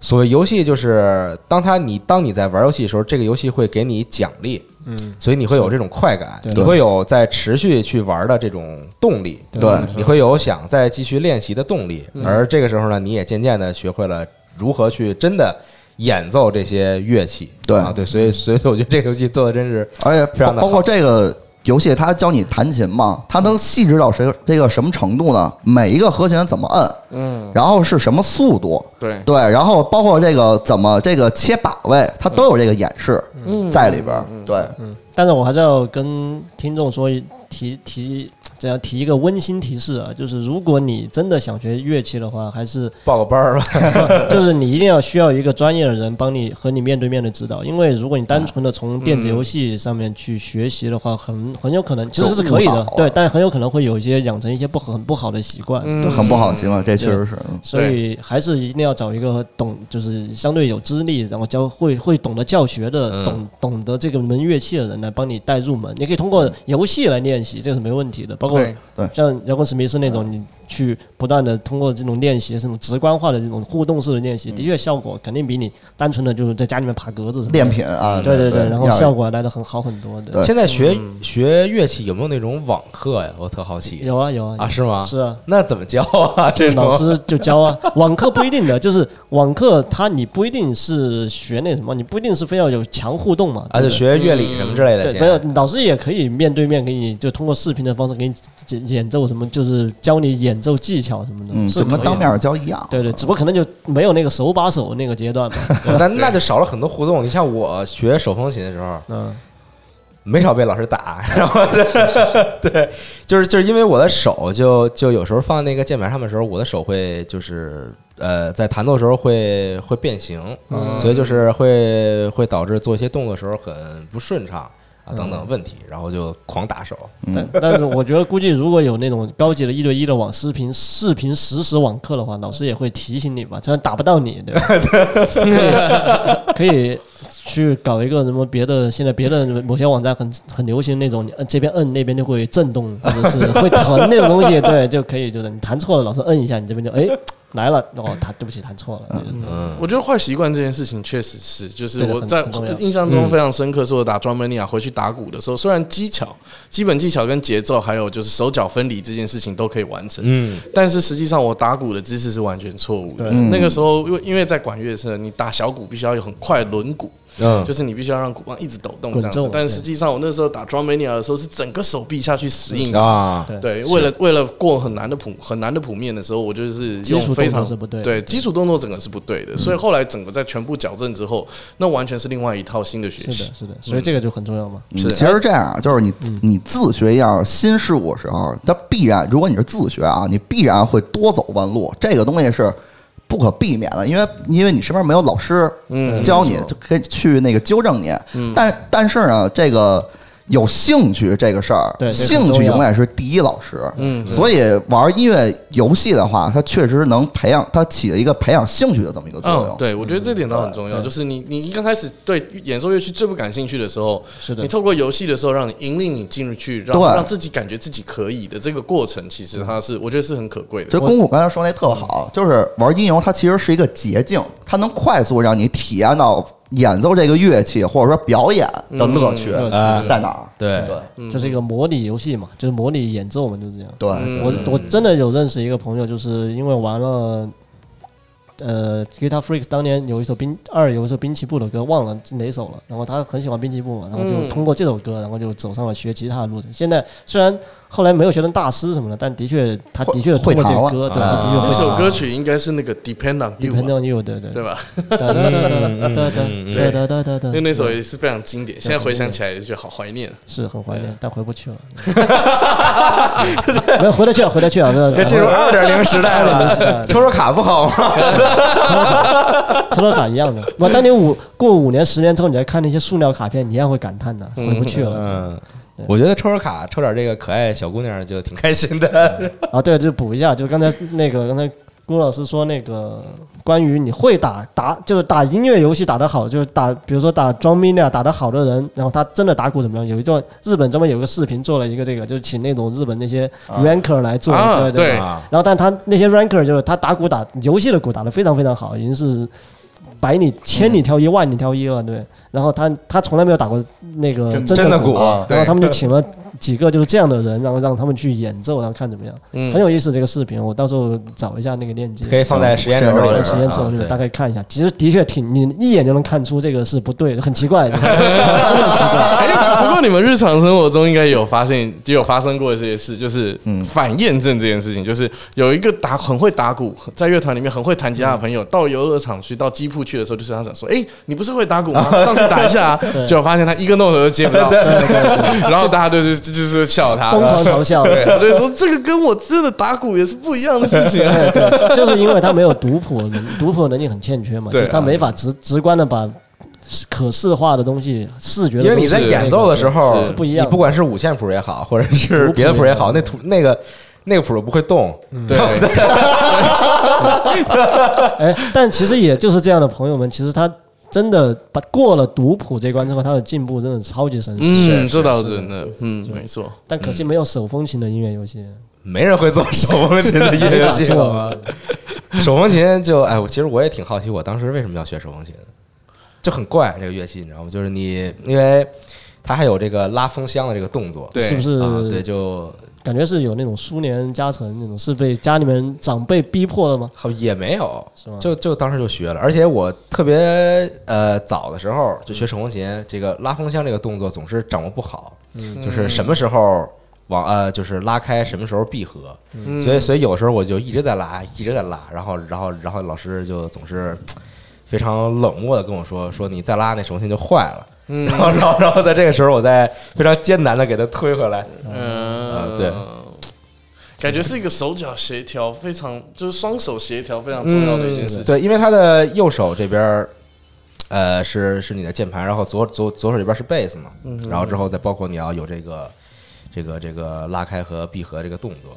S1: 所谓游戏就是当它你当你在玩游戏的时候，这个游戏会给你奖励，
S4: 嗯，
S1: 所以你会有这种快感，
S3: 对
S1: 你会有在持续去玩的这种动力，
S2: 对
S1: 你会有想再继续练习的动力。
S2: 嗯
S1: 而这个时候呢，你也渐渐的学会了如何去真的演奏这些乐器。
S2: 对
S1: 啊，对，所以所以我觉得这个游戏做的真是
S2: 而且
S1: 非常的
S2: 包包括这个游戏，它教你弹琴嘛，它能细致到谁这个什么程度呢？每一个和弦怎么摁，
S4: 嗯，
S2: 然后是什么速度，
S4: 对，
S2: 对，然后包括这个怎么这个切把位，它都有这个演示
S3: 嗯
S2: 在里边儿。对，
S3: 但是我还是要跟听众说一提提，这样提一个温馨提示啊，就是如果你真的想学乐器的话，还是
S1: 报个班儿吧。
S3: 就是你一定要需要一个专业的人帮你和你面对面的指导，因为如果你单纯的从电子游戏上面去学习的话，很很有可能其实是可以
S2: 就误
S3: 的
S4: 啊
S2: 导了，
S3: 对，但很有可能会有一些养成一些不好很不好的习惯，
S4: 嗯
S2: 这很不好行啊，这确实是。嗯
S3: 所以还是一定要找一个懂，就是相对有资历，然后教会会懂得教学的，
S1: 嗯
S3: 懂懂得这个门乐器的人来帮你带入门。你可以通过游戏来练习，这个是没问题的。包括
S4: 对
S3: 像摇滚史密斯那种，你去不断的通过这种练习，这种直观化的这种互动式的练习，的确效果肯定比你单纯的就是在家里面爬格子什么的
S2: 练。品啊，
S3: 对对
S2: 对
S3: 对，然后效果来的很好很多的。
S2: 对
S1: 现在学学乐器有没有那种网课呀？我特好奇
S3: 嗯有啊有啊
S1: 啊，是吗？
S3: 是啊，
S1: 那怎么教啊？这种
S3: 老师就教啊，网课不一定的，就是网课它你不一定是学那什么，你不一定是非要有强互动嘛，
S1: 啊，
S3: 对
S1: 就
S3: 不
S1: 学
S3: 对
S1: 乐理什么之类的
S3: 嗯对，
S1: 先。
S3: 没有老师也可以面对面给你，就通过视频的方式给你演演奏什么，就是教你演奏技巧什么的，
S2: 嗯，
S3: 是
S2: 就
S3: 可
S2: 跟
S3: 以
S2: 当
S3: 的
S2: 面儿教一样。
S3: 对对，只不过可能就没有那个手把手那个阶段嘛，
S1: 但那就少了很多互动。你像我学手风琴的时候，
S3: 嗯，
S1: 没少被老师打， 然后对对，就是就是因为我的手就就有时候放那个键盘上面的时候，我的手会就是呃在弹奏的时候会会变形，
S3: 嗯
S1: 所以就是会会导致做一些动作的时候很不顺畅啊等等问题，然后就狂打手。
S3: 但但是我觉得估计如果有那种高级的一对一的网视频视频实时网课的话，老师也会提醒你吧，虽然打不到你，对吧？可以可以去搞一个什么别的，现在别的某些网站很很流行那种，你摁这边摁那边就会震动，或者是会疼那种东西，对，就可以就是你弹错了，老师摁一下，你这边就哎来了，哦，弹对不起，弹错了，嗯
S4: 我觉得坏习惯这件事情确实是，就是
S3: 对的
S4: 我
S3: 很
S4: 在
S3: 很重要
S4: 印象中非常深刻，是我打 drum mania 回去打鼓的时候，虽然技巧、基本技巧跟节奏，还有就是手脚分离这件事情都可以完成，
S1: 嗯，
S4: 但是实际上我打鼓的姿势是完全错误的。那个时候，因为因为在管乐社，你打小鼓必须要有很快的轮鼓，
S1: 嗯
S4: 就是你必须要让鼓棒一直抖动这
S3: 滚
S4: 样
S3: 奏
S4: 子。但
S3: 对
S4: 实际上我那时候打 drum mania 的时候，是整个手臂下去死硬。
S1: 啊，
S3: 对
S4: 对，为了为了过很难的谱很难的谱面的时候，我就是
S3: 基
S4: 用
S3: 础
S4: 非常
S3: 动作是不对的嗯
S4: 对基础动作整个是不对的，所以后来整个在全部矫正之后，那完全是另外一套新的学
S3: 是
S4: 习
S3: 的，。是的，所以这个就很重要嘛。
S2: 嗯
S4: 是
S2: 其实这样啊，就是你你自学一样新事物的时候，它必然，如果你是自学啊，你必然会多走弯路，这个东西是不可避免的，因为因为你身边没有老师
S4: 嗯
S2: 教你
S4: 没错，
S2: 就可以去那个纠正你。但但是呢，这个有兴趣这个事儿
S3: 对，这个很
S2: 兴趣
S3: 重要
S2: 永远是第一老师。
S4: 嗯
S2: 所以玩音乐游戏的话，它确实能培养，它起了一个培养兴趣的这么一个作用。
S4: 嗯，对，我觉得这点倒很重
S3: 嗯
S4: 要，就是你你一刚开始对演奏乐器最不感兴趣的时候，
S3: 是的啊
S4: 你透过游戏的时候，让你引领你进入去，让
S2: 对
S4: 让自己感觉自己可以的这个过程，其实它是我觉得是很可贵的。
S2: 就功夫刚才说那特好，就是玩音游，它其实是一个捷径，它能快速让你体验到演奏这个乐器或者说表演的乐趣哎
S3: 嗯
S1: 嗯
S2: 在哪儿。
S1: 对
S2: 对
S3: 就是一个模拟游戏嘛，就是模拟演奏嘛，就是这样。
S2: 对，
S3: 啊
S4: 嗯
S3: 我我真的有认识一个朋友，就是因为玩了，呃，Guitar Freaks 当年有一首兵二有一首滨崎步的歌，忘了是哪首了。然后他很喜欢滨崎步嘛，然后
S4: 嗯
S3: 就通过这首歌，然后就走上了学吉他的路程。现在虽然后来没有学成大师什么的，但的确他的确
S2: 会
S3: 通
S2: 会
S3: 过这
S2: 弹
S3: 个
S2: 了
S3: 歌，对，
S1: 啊
S3: 他的确
S4: 那
S3: 会
S4: 首
S3: 弹
S4: 歌曲应该是那个 Depend on You，
S3: Depend
S4: 吧
S3: on you，对对
S4: 对吧？
S3: 哒哒哒哒哒哒哒哒哒哒
S4: 因为那首也是非常经典，
S3: 嗯
S4: 现在回想起来就觉得好怀念。
S3: 是很怀念，但回不去了。没有回得去，回得去啊！没有
S1: 这进入二点零时代
S3: 2.0时代
S1: 了， 抽抽卡不好 吗？
S3: 抽到卡一样的。我当年五过五年、十年之后，你再看那些塑料卡片，你一样会感叹的，回不去了。
S1: 嗯，我觉得抽抽卡，抽点这个可爱小姑娘就挺开心的。
S3: 啊，对，就补一下，就刚才那个刚才顾老师说那个关于你会打打，就是打音乐游戏打得好，就是打比如说打 d r u m i n a 打得好的人，然后他真的打鼓怎么样？有一段日本专门有个视频做了一个这个，就是请那种日本那些 ranker 来做，
S4: 啊
S3: 对对
S4: 对
S1: 啊
S3: 然后，但他那些 ranker 就是他打鼓打游戏的鼓打得非常非常好，已经是百里千里挑一、万里挑一了，对。然后他他从来没有打过那个
S1: 真
S3: 真
S1: 的
S3: 鼓，
S1: 啊
S3: 然后他们就
S1: 对
S3: 请了几个就是这样的人，然后让他们去演奏，然后看怎么样，
S4: 嗯
S3: 很有意思这个视频，我到时候找一下那个链接。
S1: 可以放在实验轴
S2: 放
S1: 里
S2: 在
S1: 边
S3: 实验室
S1: 啊
S3: 你
S1: 对
S3: 大概看一下，其实的确挺，你一眼就能看出这个是不对的，很奇 怪，真的很奇怪。
S4: 哎不过你们日常生活中应该有发现，也有发生过这些事，就是反验证这件事情。就是有一个打很会打鼓，在乐团里面很会弹吉他的朋友，到游乐场去，到机铺去的时候，就是他想说：“哎，你不是会打鼓吗？上去打一下啊！”结果发现他一个 note 都接不到，然后大家都是就是笑他，
S3: 疯
S1: 啊
S3: 狂嘲笑
S4: 对，对，说这个跟我真的打鼓也是不一样的事情啊。
S3: 哎就是因为他没有读谱能，读谱能力很欠缺嘛，
S4: 对啊
S3: 就他没法直直观的把可视化的东西、视觉的
S1: 因为
S3: 东西
S1: 你在演奏的时候
S3: 是是不一样的
S1: 你不管是五线谱也好，或者是别的谱也好，那图那个那个谱都不会动。
S4: 对，
S3: 哎，但其实也就是这样的朋友们，其实他真的把过了读谱这关之后，他的进步真的超级神奇。
S4: 嗯，这倒真的，嗯，没错。
S3: 但可惜没有手风琴的音乐游戏，
S1: 没人会做手风琴的音乐游戏 好吗？手风琴就哎，我其实我也挺好奇，我当时为什么要学手风琴，就很怪这个乐器，你知道吗？就是你因为它还有这个拉风箱的这个动作，
S4: 对
S3: 是不
S1: 啊，对，
S3: 是？
S1: 就
S3: 感觉是有那种苏联加成那种，是被家里面长辈逼迫的吗？
S1: 好也没有
S3: 是吗，
S1: 就就当时就学了，而且我特别呃早的时候就学手风琴，这个拉风箱这个动作总是掌握不好，
S3: 嗯
S1: 就是什么时候往呃就是拉开，什么时候闭合，嗯
S3: 嗯
S1: 所以所以有时候我就一直在拉，一直在拉，然后然后然后老师就总是非常冷漠的跟我说说你再拉那手风琴就坏了，
S4: 嗯
S1: 然后然后然后在这个时候我再非常艰难的给它推回来，
S4: 嗯
S1: 嗯对，
S4: 感觉是一个手脚协调非常，就是双手协调非常重要的一件事情。
S1: 嗯对，因为他的右手这边儿，呃，是是你的键盘，然后左左左手这边是贝斯嘛，
S4: 嗯
S1: 然后之后再包括你要有这个这个这个拉开和闭合这个动作，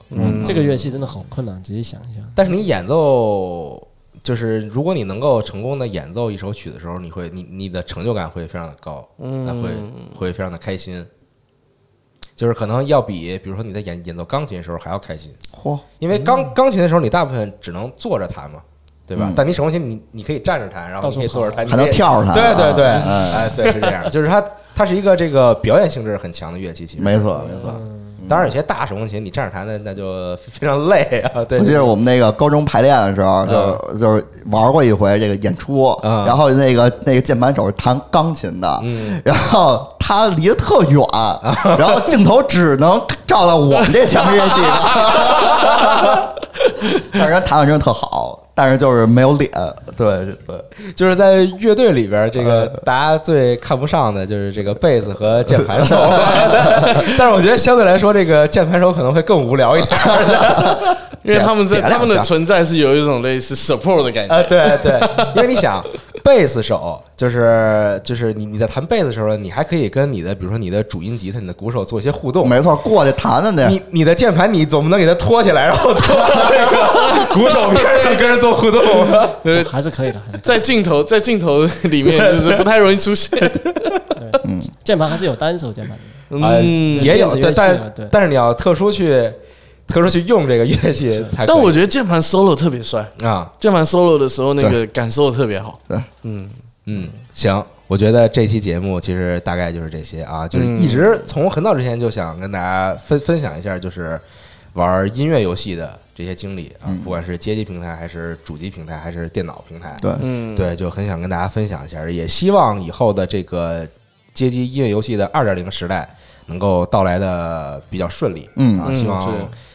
S3: 这个乐器真的好困难，仔细想一下。
S1: 但是你演奏。就是如果你能够成功的演奏一首曲的时候，你会你你的成就感会非常的高，
S2: 嗯
S1: 那会会非常的开心，就是可能要比比如说你在演演奏钢琴的时候还要开心，
S2: 嚯，嗯
S1: 因为钢钢琴的时候，你大部分只能坐着弹嘛，对吧？
S2: 嗯
S1: 但你手风琴，你你可以站着弹，然后你可以坐着弹，
S2: 还能
S1: 你可以
S2: 跳着弹
S1: 对对对，
S2: 啊
S1: 哎，对是这样，就是它它是一个这个表演性质很强的乐器，其实
S2: 没错没错。
S1: 当然有些大手风琴，你站着弹的那就非常累啊。对，
S2: 我记得我们那个高中排练的时候，就是就是玩过一回这个演出，
S1: 嗯
S2: 然后那个那个键盘手是弹钢琴的，然后他离得特远，
S1: 嗯
S2: 然后镜头只能照到我们这墙乐 器上，但是人弹的真的特好，但是就是没有脸，对对，
S1: 就是在乐队里边儿，这个大家最看不上的就是这个贝斯和键盘手， 但是我觉得相对来说，这个键盘手可能会更无聊一点儿
S4: 因为他们在
S2: 点亮
S4: 他们的
S2: 一下
S4: 存在是有一种类似 support 的感
S1: 啊、
S4: 觉。
S1: 对对，因为你想，贝斯手就是就是你你在弹贝斯的时候，你还可以跟你的比如说你的主音吉他、你的鼓手做一些互动，
S2: 没错，过去弹的那
S1: 你你的键盘你总不能给它拖起来，然后拖到这个鼓手边上跟人做 互动吧？
S4: 对，
S3: 还是可以的，还是
S4: 在镜头在镜头 里面就是不太容易出现。
S3: 键盘还是有单手键盘的。
S1: 嗯，也有，
S3: 电子
S1: 但
S3: 乐器嘛
S1: 但
S3: 对
S1: 但是你要特殊去特殊去用这个乐器才可以。
S4: 但我觉得键盘 solo 特别帅，
S1: 啊，
S4: 键盘 solo 的时候那个感受特别好。嗯，
S1: 嗯，行，我觉得这期节目其实大概就是这些啊，就是一直从很早之前就想跟大家分分享一下，就是玩音乐游戏的这些经历啊，不管是街机平台还是主机平台还是电脑平台，
S2: 对，
S4: 嗯，
S1: 对，就很想跟大家分享一下，也希望以后的这个街机音乐游戏的二点零时代能够到来的比较顺利，
S2: 嗯
S1: 啊，
S4: 嗯
S1: 希望
S4: 是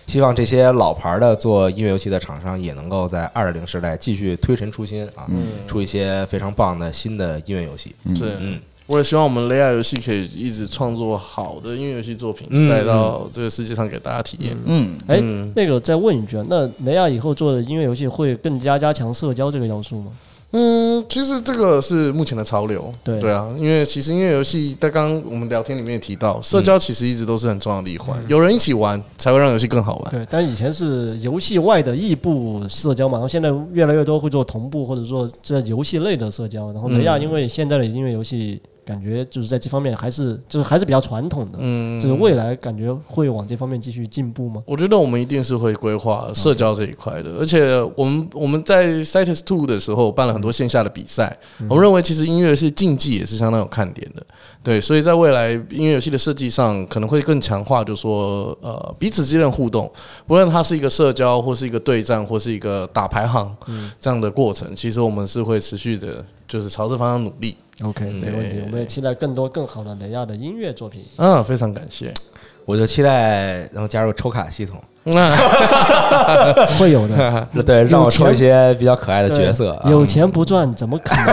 S1: 希望这些老牌儿的做音乐游戏的厂商也能够在二点零时代继续推陈出新啊，
S3: 嗯
S1: 出一些非常棒的新的音乐游戏，
S4: 是。
S1: 嗯
S4: 我也希望我们 l a 游戏可以一直创作好的音乐游戏作品，
S1: 嗯
S4: 带到这个世界上给大家体验。
S2: 嗯，
S3: 哎
S4: 嗯，
S3: 那个我再问一句啊，那雷亚以后做的音乐游戏会更加加强社交这个要素吗？
S4: 嗯，其实这个是目前的潮流，
S3: 对
S4: 啊，因为其实音乐游戏，在刚刚我们聊天里面也提到，社
S3: 嗯
S4: 交其实一直都是很重要的一环，有人一起玩才会让游戏更好玩。
S3: 对，但以前是游戏外的异步社交嘛，然后现在越来越多会做同步或者说这游戏类的社交。然后雷亚因为现在的音乐游戏感觉就是在这方面还是就是还是比较传统的，
S4: 嗯，
S3: 就是未来感觉会往这方面继续进步吗？
S4: 我觉得我们一定是会规划社交这一块的，而且我们我们在 Citus Two 的时候办了很多线下的比赛，我们认为其实音乐是竞技也是相当有看点的，对，所以在未来音乐游戏的设计上可能会更强化，就说呃彼此之间的互动，不论它是一个社交或是一个对战或是一个打排行这样的过程，其实我们是会持续的，就是朝这方向努力。
S3: OK，没问题。我们也期待更多更好的雷亚的音乐作品。
S4: 嗯，非常感谢。
S1: 我就期待能加入抽卡系统，
S4: 那
S3: 会嗯有的，
S1: 对，让我抽
S3: 钱
S1: 一些比较可爱的角色啊，
S3: 对有钱不赚怎么可能？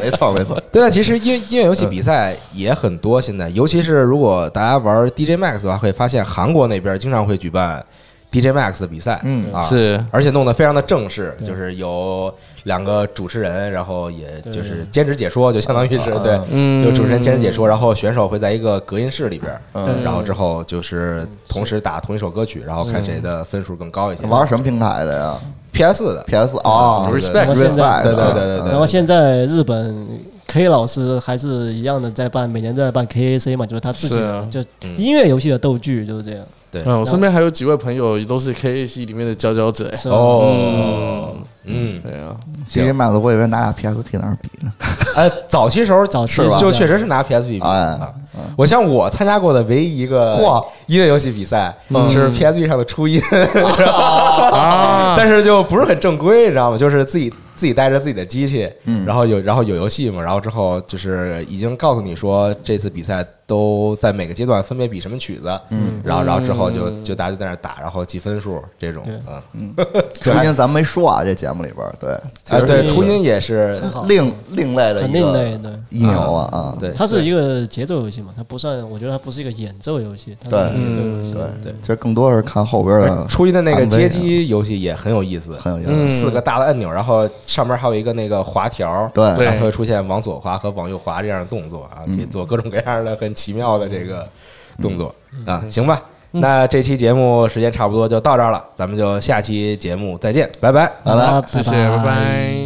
S2: 没错没错，
S1: 对，但啊其实音音乐游戏比赛也很多，现在尤其是如果大家玩 DJ Max 的话，会发现韩国那边经常会举办 DJ Max 的比赛，
S2: 嗯
S1: 啊，
S4: 是
S1: 而且弄得非常的正式，
S3: 对
S1: 就是有两个主持人，然后也
S3: 对
S1: 就是兼职解说，就相当于是对，
S4: 嗯
S1: 就主持人兼职解说，然后选手会在一个隔音室里边，然后之后就是同时打同一首歌曲，然后看谁的分数更高一些。
S2: 玩什么平台的呀
S1: PS 的，
S2: ？PS 哦
S1: 对
S4: Respect
S3: 我现在
S1: 对
S2: 啊
S1: 对对对对
S3: 然后现在日本 K 老师还是一样的在办，每年都在办 KAC 嘛，就是他自己
S4: 是
S3: 的、
S4: 啊
S3: 就音乐游戏的斗剧就是这样。
S4: 嗯，我身边还有几位朋友也都是 KAC 里面的佼佼者、哎
S3: 是吧
S1: 哦，嗯，
S4: 对啊，
S2: ，DJ Max，我以为拿俩 PSP 那儿比呢，
S1: 呃，早期时候
S3: 早期
S1: 就是
S3: 吧
S1: 就确实是拿 PSP 比
S2: 哎
S1: 啊。我像我参加过的唯一一个
S2: 嚯
S1: 音乐游戏比赛是 PSP 上的初 音，
S4: 啊，
S1: 但是就不是很正规，你知道吗？就是自己自己带着自己的机器，然后有然后有游戏嘛，然后之后就是已经告诉你说这次比赛都在每个阶段分别比什么曲子，嗯，然后然后之后就就大家就在那儿打，然后记分数这种，嗯，
S2: 初音咱们没说啊，这节目里边儿对，其
S1: 啊
S2: 实
S1: 对，
S2: 是
S1: 初音也是
S3: 很好
S2: 另另类的
S3: 很
S2: 一个
S3: 另类的。嗯
S2: 应用啊啊，
S1: 对，
S3: 它是一个节奏游戏嘛，它不算，我觉得它不是一个演奏游戏，它是哎
S2: 对嗯
S3: 一个节奏游戏。
S2: 对对，其实更多是看后边的
S1: 初音的那个
S2: 安慰
S1: 街
S2: 啊
S1: 机游戏也很有意思，
S2: 很有意
S4: 嗯
S2: 思，
S1: 四个大的按钮，然后上面还有一个那个滑条，
S2: 对
S4: 对
S1: 然后会出现往左滑和往右滑这样的动作啊，可
S2: 嗯
S1: 以做各种各样的很奇妙的这个动作啊，行吧。那这期节目时间差不多就到这儿了，咱们就下期节目再见，拜拜。
S3: 啊
S2: 拜拜。
S4: 谢谢，拜拜。